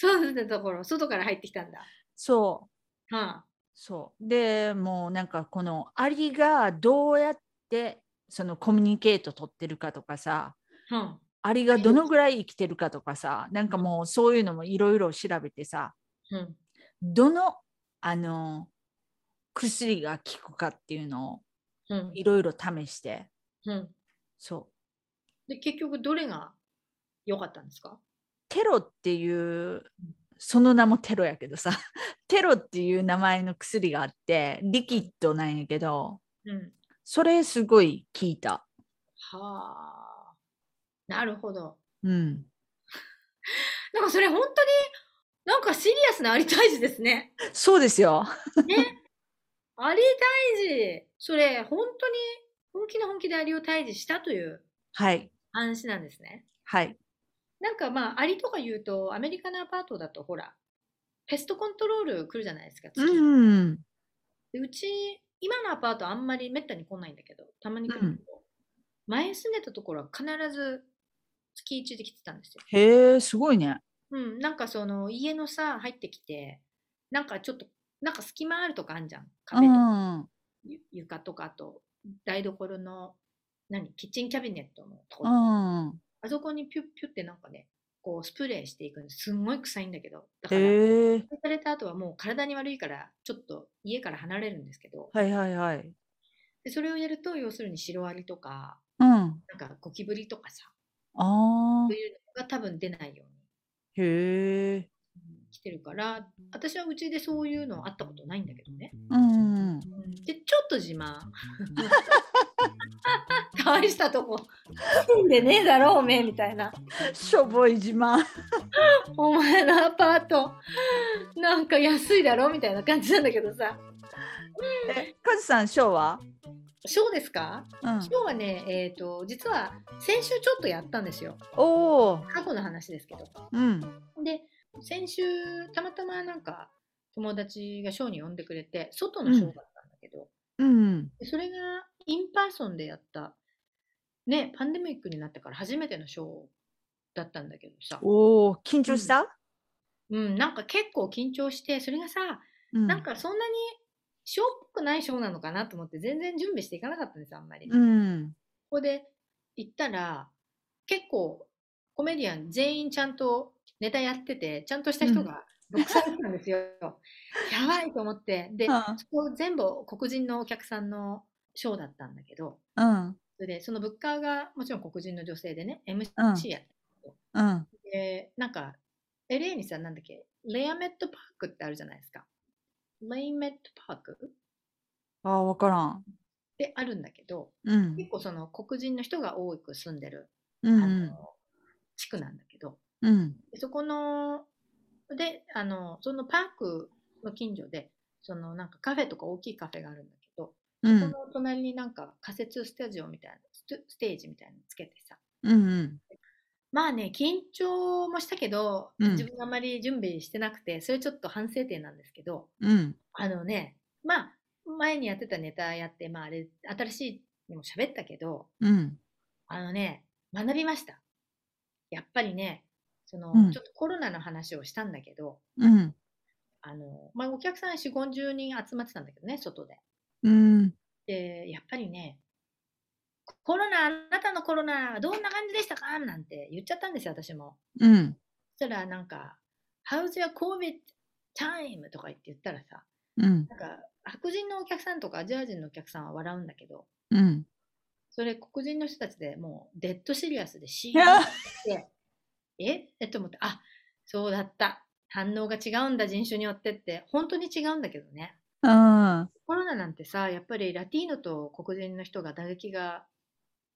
Speaker 3: 住んでたところ、外から入ってきたんだ。
Speaker 2: そう
Speaker 3: はあ。
Speaker 2: そうでもうなんかこのアリがどうやってそのコミュニケート取ってるかとかさ
Speaker 3: はあ。
Speaker 2: アリがどのぐらい生きてるかとかさなんかもうそういうのもいろいろ調べてさ
Speaker 3: うん
Speaker 2: どのあの薬が効くかっていうのを
Speaker 3: うん
Speaker 2: いろいろ試して
Speaker 3: うん、
Speaker 2: そう
Speaker 3: で結局どれが良かったんですか
Speaker 2: テロっていうその名もテロやけどさ テロっていう名前の薬があってリキッドなんやけど
Speaker 3: うん。
Speaker 2: それすごい効いた。
Speaker 3: はあ。なるほど。
Speaker 2: うん、
Speaker 3: なんかそれ本当になんかシリアスなアリ退治ですね。
Speaker 2: そうですよ。
Speaker 3: アリ退治それ本当に本気の本気でアリを退治したという
Speaker 2: はい。
Speaker 3: 話なんですね。
Speaker 2: はい。
Speaker 3: なんかまあアリとか言うとアメリカのアパートだとほらペストコントロール来るじゃないですか。月
Speaker 2: うん。
Speaker 3: でうち今のアパートあんまりめったに来ないんだけどたまに来るけど、前住んでたところは必ず月1で来てたんですよ。
Speaker 2: へえ、すごいね。
Speaker 3: うん、なんかその家のさ入ってきてなんかちょっとなんか隙間あるとかあんじゃん
Speaker 2: う
Speaker 3: 壁とか
Speaker 2: ん。
Speaker 3: ゆ床とかあと台所の何キッチンキャビネットのと
Speaker 2: う
Speaker 3: ころ、
Speaker 2: ん。
Speaker 3: あそこにピュッピュッってなんかねこうスプレーしていくんですすんごい臭いんだけどだから
Speaker 2: へえ。
Speaker 3: された後はもう体に悪いからちょっと家から離れるんですけど
Speaker 2: はいはいはい。
Speaker 3: でそれをやると要するにシロアリとか
Speaker 2: うん。あ
Speaker 3: なんかゴキブリとかさ
Speaker 2: あ
Speaker 3: そう。いうのが多分出ないよう
Speaker 2: へえ。
Speaker 3: に来てるから私はうちでそういうのあったことないんだけどね
Speaker 2: うん。
Speaker 3: でちょっと自 慢大したとこ住んでねえだろおめえみたいな
Speaker 2: しょぼい自慢。
Speaker 3: お前のアパートなんか安いだろみたいな感じなんだけどさ
Speaker 2: え、カズさん、ショーは。
Speaker 3: ショーですか
Speaker 2: うん
Speaker 3: ショーはねえっ、と実は先週ちょっとやったんですよ
Speaker 2: おお。
Speaker 3: 過去の話ですけど
Speaker 2: うん。
Speaker 3: で先週たまたまなんか友達がショーに呼んでくれて外のショーだったんだけど、
Speaker 2: うん。
Speaker 3: でそれがインパーソンでやった、ね、パンデミックになってから初めてのショーだったんだけどさ、
Speaker 2: おお、緊張した。
Speaker 3: うん、なんか結構緊張して、それがさ、
Speaker 2: うん
Speaker 3: なん。かそんなにショーっぽくないショーなのかなと思って、全然準備していかなかったんです、あんまり。
Speaker 2: う
Speaker 3: こ
Speaker 2: ん。
Speaker 3: こで行ったら、結構コメディアン全員ちゃんとネタやってて、ちゃんとした人が、6歳だったんです よ。やばいと思って。で、
Speaker 2: うん
Speaker 3: そこ全部黒人のお客さんのショーだったんだけど、
Speaker 2: うん。
Speaker 3: それで、そのブッカーがもちろん黒人の女性でね、MC
Speaker 2: うん
Speaker 3: やって、
Speaker 2: うん。
Speaker 3: でなんか、LA にさ、なんだっけ、レアメットパークってあるじゃないですか。レイメットパークっ
Speaker 2: ああ、わからん。
Speaker 3: てあるんだけど、
Speaker 2: うん。
Speaker 3: 結構その黒人の人が多く住んでる、
Speaker 2: う
Speaker 3: あ
Speaker 2: ん。
Speaker 3: の地区なんだけど、
Speaker 2: うん。
Speaker 3: でそこの、で、あの、そのパークの近所で、そのなんかカフェとか大きいカフェがあるんだけど、
Speaker 2: う
Speaker 3: そ
Speaker 2: ん。
Speaker 3: の隣になんか仮設スタジオみたいな、ステステージみたいなのつけてさ、
Speaker 2: うん。
Speaker 3: まあね、緊張もしたけど、
Speaker 2: うん
Speaker 3: 自分があまり準備してなくて、それちょっと反省点なんですけど、
Speaker 2: うん。
Speaker 3: あのね、まあ、前にやってたネタやって、まああれ、新しいにも喋ったけど、
Speaker 2: うん。
Speaker 3: あのね、学びました。やっぱりね、その、
Speaker 2: うん
Speaker 3: ちょっとコロナの話をしたんだけど、
Speaker 2: うん。
Speaker 3: あの、まあお客さん4、50人集まってたんだけどね、外で。
Speaker 2: うん。
Speaker 3: で、やっぱりね、コロナ、あなたのコロナ、どんな感じでしたかなんて言っちゃったんですよ、私も。
Speaker 2: うん。
Speaker 3: そしたらなんか、How's your COVID time? とか言って言ったらさ、
Speaker 2: うん。
Speaker 3: なんか白人のお客さんとかアジア人のお客さんは笑うんだけど、
Speaker 2: うん。
Speaker 3: それ黒人の人たちでもうデッドシリアスでシーン
Speaker 2: や
Speaker 3: って、ええと思って、あそうだった。反応が違うんだ、人種によってって。本当に違うんだけどね。
Speaker 2: うん。
Speaker 3: コロナなんてさ、やっぱりラティーノと黒人の人が打撃が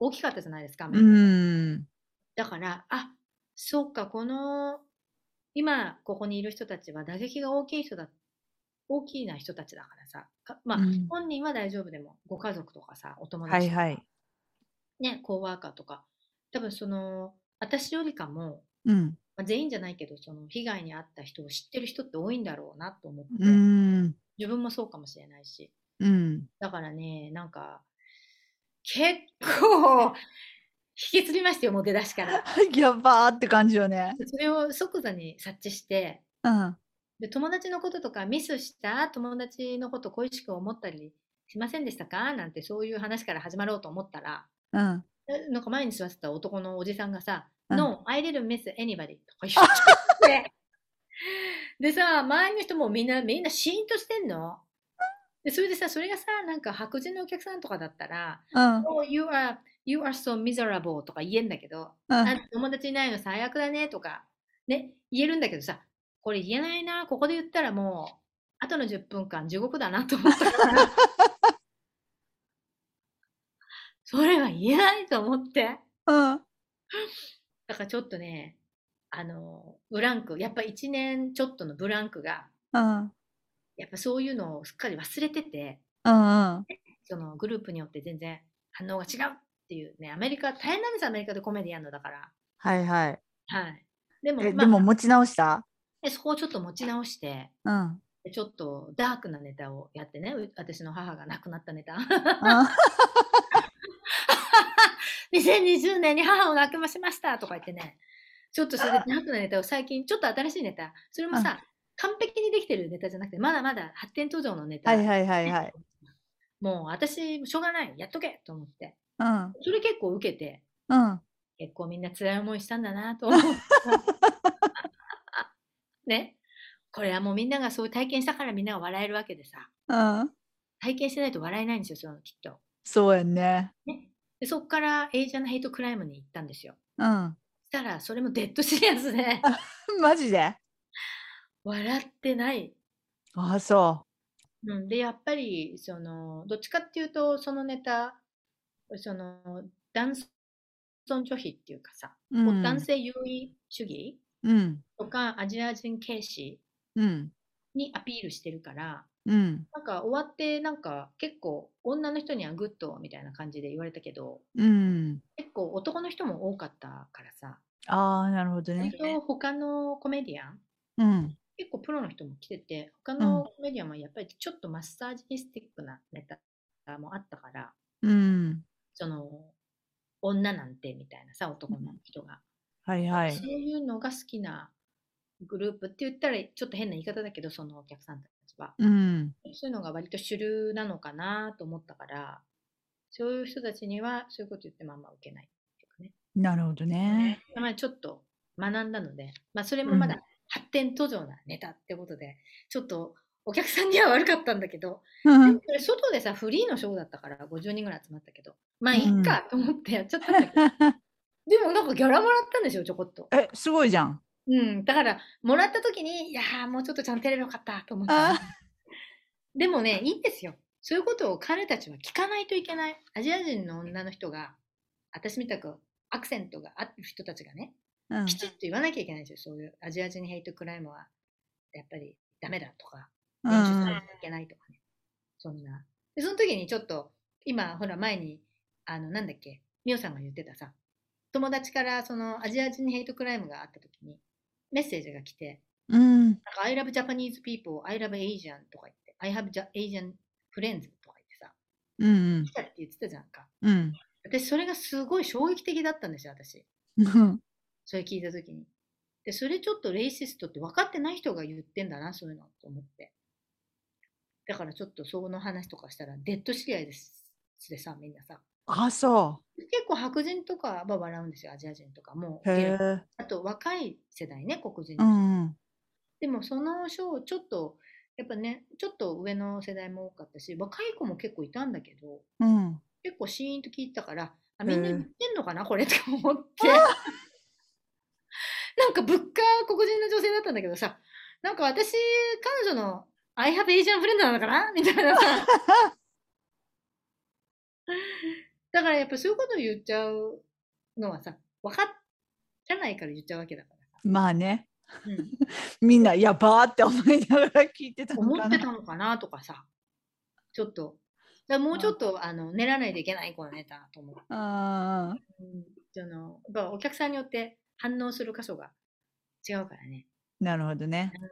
Speaker 3: 大きかったじゃないですか。アメリ
Speaker 2: う
Speaker 3: カ
Speaker 2: ん。
Speaker 3: だから、あそうか、この、今、ここにいる人たちは打撃が大きい人だ、大きな人たちだからさ、かまあ、
Speaker 2: うん
Speaker 3: 本人は大丈夫でも、ご家族とかさ、お友
Speaker 2: は
Speaker 3: 達
Speaker 2: い
Speaker 3: とか、
Speaker 2: はい。
Speaker 3: ね、コーワーカーとか、多分その、私よりかも、
Speaker 2: うん。
Speaker 3: まあ、全員じゃないけど、その被害に遭った人を知ってる人って多いんだろうなと思って、
Speaker 2: うん。
Speaker 3: 自分もそうかもしれないし、
Speaker 2: うん。
Speaker 3: だからね、なんか、結構、引きずりましたよ、もう出だしから。
Speaker 2: やばーって感じよね。
Speaker 3: それを即座に察知して、
Speaker 2: うん。
Speaker 3: で友達のこととかミスした友達のこと恋しく思ったりしませんでしたかなんてそういう話から始まろうと思ったら
Speaker 2: うん。
Speaker 3: えなんか前に座ってた男のおじさんがさ「
Speaker 2: うん
Speaker 3: No, I didn't miss anybody」とか言っちゃって でさ、周りの人もみんな、みんなシーンとしてんの。でそれでさ、それがさ、なんか白人のお客さんとかだったら、
Speaker 2: うん。
Speaker 3: oh, you are, you are so miserable とか言えんだけど、
Speaker 2: う
Speaker 3: あ
Speaker 2: ん
Speaker 3: んた友達いないの最悪だねとか、ね、言えるんだけどさ、これ言えないな、ここで言ったらもう、あとの10分間地獄だなと思ったから、 それは言えないと思って。
Speaker 2: うん。
Speaker 3: だからちょっとね、あの、ブランク、やっぱ1年ちょっとのブランクが、
Speaker 2: うん。
Speaker 3: やっぱそういうのをすっかり忘れてて、
Speaker 2: うん。
Speaker 3: そのグループによって全然反応が違うっていうね、アメリカ、大変なんです、アメリカでコメディやるのだから。
Speaker 2: はいはい。
Speaker 3: はい。でも、
Speaker 2: え、
Speaker 3: まあ
Speaker 2: でも持ち直した
Speaker 3: でそこをちょっと持ち直して、
Speaker 2: うん。
Speaker 3: でちょっとダークなネタをやってね、う私の母が亡くなったネタ。
Speaker 2: あ
Speaker 3: 2020年に母を亡くしましたとか言ってね、ちょっとそれでダークなネタを最近、ちょっと新しいネタ、それもさ、完璧にできてるネタじゃなくて、まだまだ発展途上のネタ。
Speaker 2: はいはいはいはい。
Speaker 3: もう私、しょうがない、やっとけと思って。
Speaker 2: うん。
Speaker 3: それ結構受けて、
Speaker 2: うん。
Speaker 3: 結構みんな辛い思いしたんだな と思って。ね。これはもうみんながそういう体験したからみんなが笑えるわけでさ。
Speaker 2: うん。
Speaker 3: 体験してないと笑えないんですよ、そのきっと。
Speaker 2: そうやね。
Speaker 3: でそこからエイジアンヘイトクライムに行ったんですよ。
Speaker 2: うん。
Speaker 3: そしたら、それもデッドシリアスで、
Speaker 2: マジで
Speaker 3: 笑ってない。
Speaker 2: あ、そ
Speaker 3: うん、で、やっぱり、その、どっちかっていうと、そのネタ、その、男尊女卑っていうかさ、
Speaker 2: う。うん。
Speaker 3: 男性優位主義
Speaker 2: うん。
Speaker 3: とか、アジア人軽視
Speaker 2: うん。
Speaker 3: にアピールしてるから、
Speaker 2: うん。
Speaker 3: なんか終わって、なんか結構、女の人にはグッドみたいな感じで言われたけど、
Speaker 2: うん。
Speaker 3: 結構男の人も多かったからさ、
Speaker 2: ああ、なるほどね
Speaker 3: 割。と他のコメディアン、
Speaker 2: うん。
Speaker 3: 結構プロの人も来てて、他
Speaker 2: うん
Speaker 3: のコメディアンはやっぱりちょっとマッサージスティックなネタもあったから、
Speaker 2: うん。
Speaker 3: その、女なんてみたいなさ、男の人が。
Speaker 2: はいは
Speaker 3: そう
Speaker 2: い。
Speaker 3: いうのが好きなグループって言ったら、ちょっと変な言い方だけど、そのお客さんたちは。
Speaker 2: うん。
Speaker 3: そういうのが割と主流なのかなと思ったから、そういう人たちにはそういうこと言ってもあんま受けないっていうかね。
Speaker 2: なるほどね。
Speaker 3: まあ、ちょっと学んだので、まあ、それもま
Speaker 2: う
Speaker 3: だ発展途上なネタってことで、ちょっとお客さんには悪かったんだけど、
Speaker 2: う
Speaker 3: で
Speaker 2: ん
Speaker 3: も。それ外でさ、フリーのショーだったから50人ぐらい集まったけど、まあいいかと思ってやっちゃったん だけど、でもなんかギャラもらったんですよ、ちょこっと。
Speaker 2: え、すごいじゃん。
Speaker 3: うん、だから、もらった時に、いやー、もうちょっとちゃんとやればよかったと思って。
Speaker 2: あ
Speaker 3: でもね、いいんですよ。そういうことを彼たちは聞かないといけない。アジア人の女の人が、私みたくアクセントがある人たちがね、
Speaker 2: うん
Speaker 3: きちっと言わなきゃいけないんですよ。そういうアジア人ヘイトクライムは、やっぱりダメだとか、
Speaker 2: う
Speaker 3: 練習さなんきゃいけないとかね。そんな。で、その時にちょっと、今、ほら、前に、あの、なんだっけ、ミオさんが言ってたさ、友達から、その、アジア人ヘイトクライムがあった時に、メッセージが来て、
Speaker 2: うん。
Speaker 3: なんか、I love Japanese people, I love Asian とか言って、I have Ja- Asian friends とか言ってさ、
Speaker 2: うん。
Speaker 3: 来たって言ってたじゃんか。
Speaker 2: うん。
Speaker 3: 私、それがすごい衝撃的だったんですよ、私。
Speaker 2: うん。
Speaker 3: それ聞いた時に。で、それちょっとレイシストって分かってない人が言ってんだな、そういうのと思って。だからちょっとその話とかしたら、デッド知り合いですでさ、みんなさ。
Speaker 2: あ、そ
Speaker 3: 結構白人とかは笑うんですよ、アジア人とかも
Speaker 2: う。
Speaker 3: う。
Speaker 2: へ
Speaker 3: で
Speaker 2: え。
Speaker 3: あと若い世代ね、黒人
Speaker 2: う。ん。
Speaker 3: でもそのショー、ちょっと、やっぱね、ちょっと上の世代も多かったし、若い子も結構いたんだけど、
Speaker 2: うん。
Speaker 3: 結構シーンと聞いてたから、あ
Speaker 2: へ
Speaker 3: みんな
Speaker 2: え
Speaker 3: 言ってんのかな、これって思って。 なんか物価黒人の女性だったんだけどさ、なんか私、彼女の I have Asian friend なのかなみたいなさ。だからやっぱそういうことを言っちゃうのはさ、分からないから言っちゃうわけだからさ。
Speaker 2: まあね。
Speaker 3: うん
Speaker 2: みんな、やばーって思いながら聞いてたの
Speaker 3: 思
Speaker 2: か
Speaker 3: って
Speaker 2: な。
Speaker 3: たのかなとかさ、ちょっと、だからもうちょっとあの練らないといけない、このネタと思う。
Speaker 2: ああ。
Speaker 3: うん、そのやっぱお客さんによって反応する箇所が違うからね、
Speaker 2: なるほどね。
Speaker 3: うん、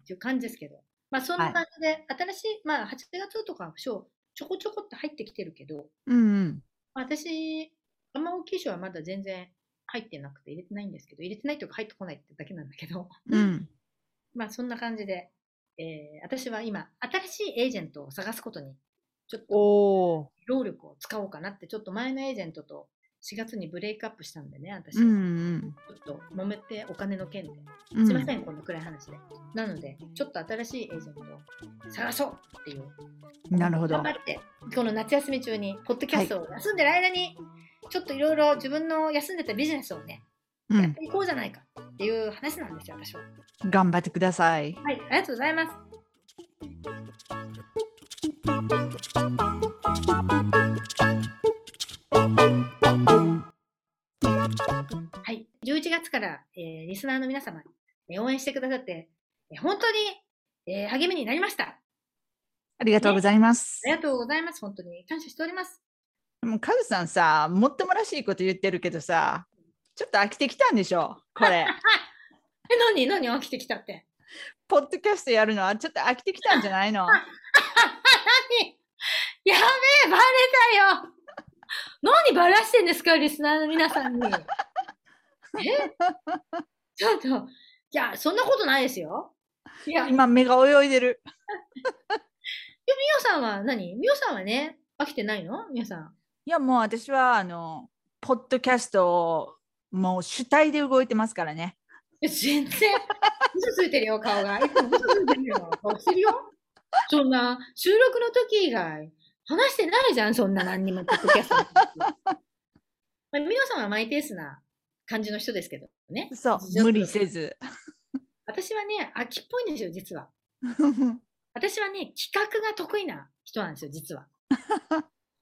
Speaker 3: っていう感じですけど、まあそん
Speaker 2: は
Speaker 3: ない感じで、新しい、まあ8月とかショー、ちょこちょこっと入ってきてるけど、
Speaker 2: うん。
Speaker 3: まあ私、あんま大きい賞はまだ全然入ってなくて入れてないんですけど、入れてないというか入ってこないってだけなんだけど、
Speaker 2: うん。
Speaker 3: まあそんな感じで、えー私は今、新しいエージェントを探すことに、ちょっと
Speaker 2: おお。
Speaker 3: 労力を使おうかなって、ちょっと前のエージェントと4月にブレイクアップしたんでね、私。
Speaker 2: うん
Speaker 3: ちょっと揉めてお金の件で。
Speaker 2: うん。
Speaker 3: すいませ
Speaker 2: ん。
Speaker 3: ん、このくらい話で。なので、ちょっと新しいエージェントを探そうっていう。
Speaker 2: なるほど
Speaker 3: 頑張。って、この夏休み中に、ポッドキャストを休んでる間に、ちょっといろいろ自分の休んでたビジネスをね、
Speaker 2: う
Speaker 3: やっ
Speaker 2: ん。
Speaker 3: ていこうじゃないかっていう話なんですよ、私は。
Speaker 2: 頑張ってください。
Speaker 3: はい、ありがとうございます。はい、11月から、えーリスナーの皆様、えー応援してくださって、えー本当に、えー励みになりました。あ
Speaker 2: ありがとうございます。
Speaker 3: りがとうございます。本当に感謝しております。
Speaker 2: もうカズさんさ、もっともらしいこと言ってるけどさ、ちょっと飽きてきたんでしょこれ。
Speaker 3: え、何何起きてきたって。
Speaker 2: ポッドキャストやるのはちょっと飽きてきたんじゃない の
Speaker 3: 何やべえ、バレたよ。何バラしてんですか、リスナーの皆さんに。えちょっと、いや、そんなことないですよ。いや、みお
Speaker 2: 今目が泳いでる。
Speaker 3: さんは何みおさんはね、飽きてないのみおさん。
Speaker 2: いやもう私はあの、ポッドキャストをもう主体で動いてますからね。
Speaker 3: え全然、嘘ついてるよ、顔が。いつも嘘ついてるよ。顔してるよ。そんな、収録の時以外、話してないじゃん、そんな何にも、ポッドキャストの時。まあみおさんはマイペースな感じの人ですけどね。
Speaker 2: そう、無理せず。
Speaker 3: 私はね、秋っぽいんですよ、実は。私はね、企画が得意な人なんですよ、 実は。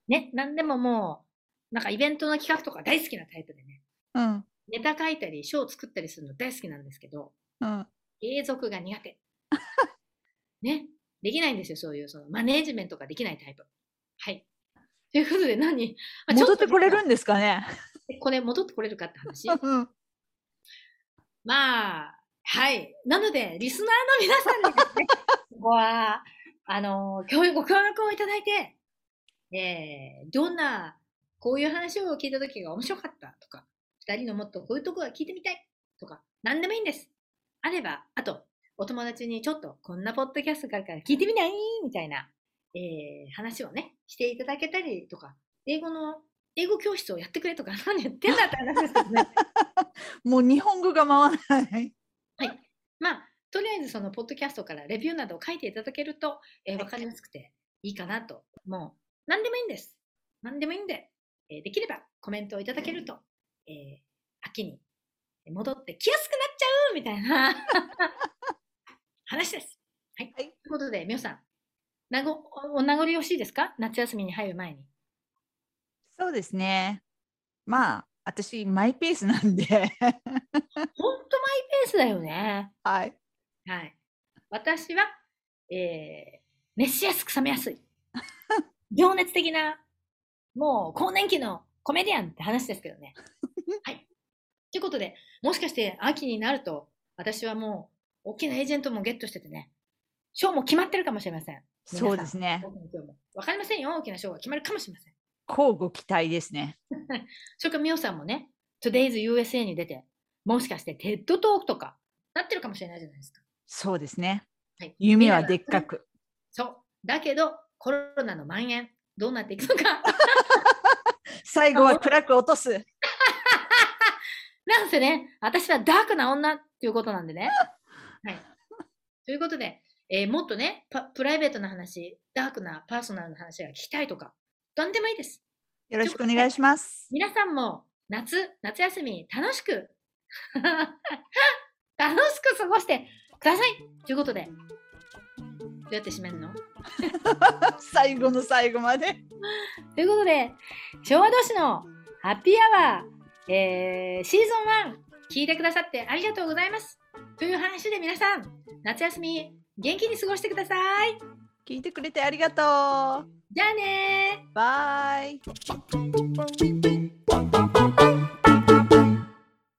Speaker 3: ね、なんでももう、なんかイベントの企画とか大好きなタイプでね、
Speaker 2: うん、
Speaker 3: ネタ書いたり、ショーを作ったりするの大好きなんですけど、
Speaker 2: うん、
Speaker 3: 継続が 苦手。ね、できないんですよ、そういう、そのマネージメントができないタイプ。はい。ということで何、まあちょ
Speaker 2: 戻
Speaker 3: と
Speaker 2: ってこれるんですかね。
Speaker 3: これ戻ってこれるかって話。
Speaker 2: うん
Speaker 3: まあ、はい。なので、リスナーの皆さんにですね、ここは、あの、協力、ご協力をいただいて、えー、どんな、こういう話を聞いた時が面白かったとか、二人のもっとこういうとこが聞いてみたいとか、なんでもいいんです。あれば、あと、お友達にちょっとこんなポッドキャストがあるから聞いてみないみたいな、えー、話をね、していただけたりとか、英語の、英語教室をやってくれとか、何言ってんだって話ですけどね。
Speaker 2: もう日本語が回らない。
Speaker 3: まあ、とりあえずそのポッドキャストからレビューなどを書いていただけると、えー、わかりやすくていいかなと。もう、何でもいいんです。何でもいいんで、えーできればコメントをいただけると、えー秋に戻ってきやすくなっちゃうみたいな話です。はい。
Speaker 2: はい
Speaker 3: ということで、みおさん、なごおお名残惜しいですか夏休みに入る前に。
Speaker 2: そうですね。まあ、私、マイペースなんで。
Speaker 3: ほんとマイペースだよね。
Speaker 2: はい。
Speaker 3: はい。私は、えー、熱しやすく冷め やすい。情熱的な、もう、更年期のコメディアンって話です けどね。はい。ということで、もしかして秋になると、私はもう、大きなエージェントもゲットしててね、賞も決まってるかもしれません。皆さん
Speaker 2: そうですね。
Speaker 3: 僕の今日もわかりませんよ。大きな賞が決まるかもしれません。
Speaker 2: 交互期待ですね。
Speaker 3: それから、みおさんもね、Today's USA に出て、もしかして、テッドトークとか、なってるかもしれないじゃないですか。
Speaker 2: そうですね。
Speaker 3: はい
Speaker 2: 夢はでっかく。
Speaker 3: そう。だけど、コロナの蔓延、どうなっていくのか。
Speaker 2: 最後は暗く落とす。
Speaker 3: なんせね、私はダークな女っていうことなんでね。はい。ということで、えーもっとねパ、プライベートな話、ダークなパーソナルな話が聞きたいとか、なんでもいいです。
Speaker 2: よろしくお願いします。
Speaker 3: 皆さんも夏、夏休み、楽しく、 楽しく過ごしてくださいということで、どうやって締めるの
Speaker 2: 最後の最後まで。
Speaker 3: ということで、昭和同士のハッピーアワー、えーシーズン1、聞いてくださってありがとうございます。という話で皆さん、夏休み、元気に過ごしてください。
Speaker 2: 聞いてくれてありがと
Speaker 3: じゃあねー。
Speaker 2: う。バイ。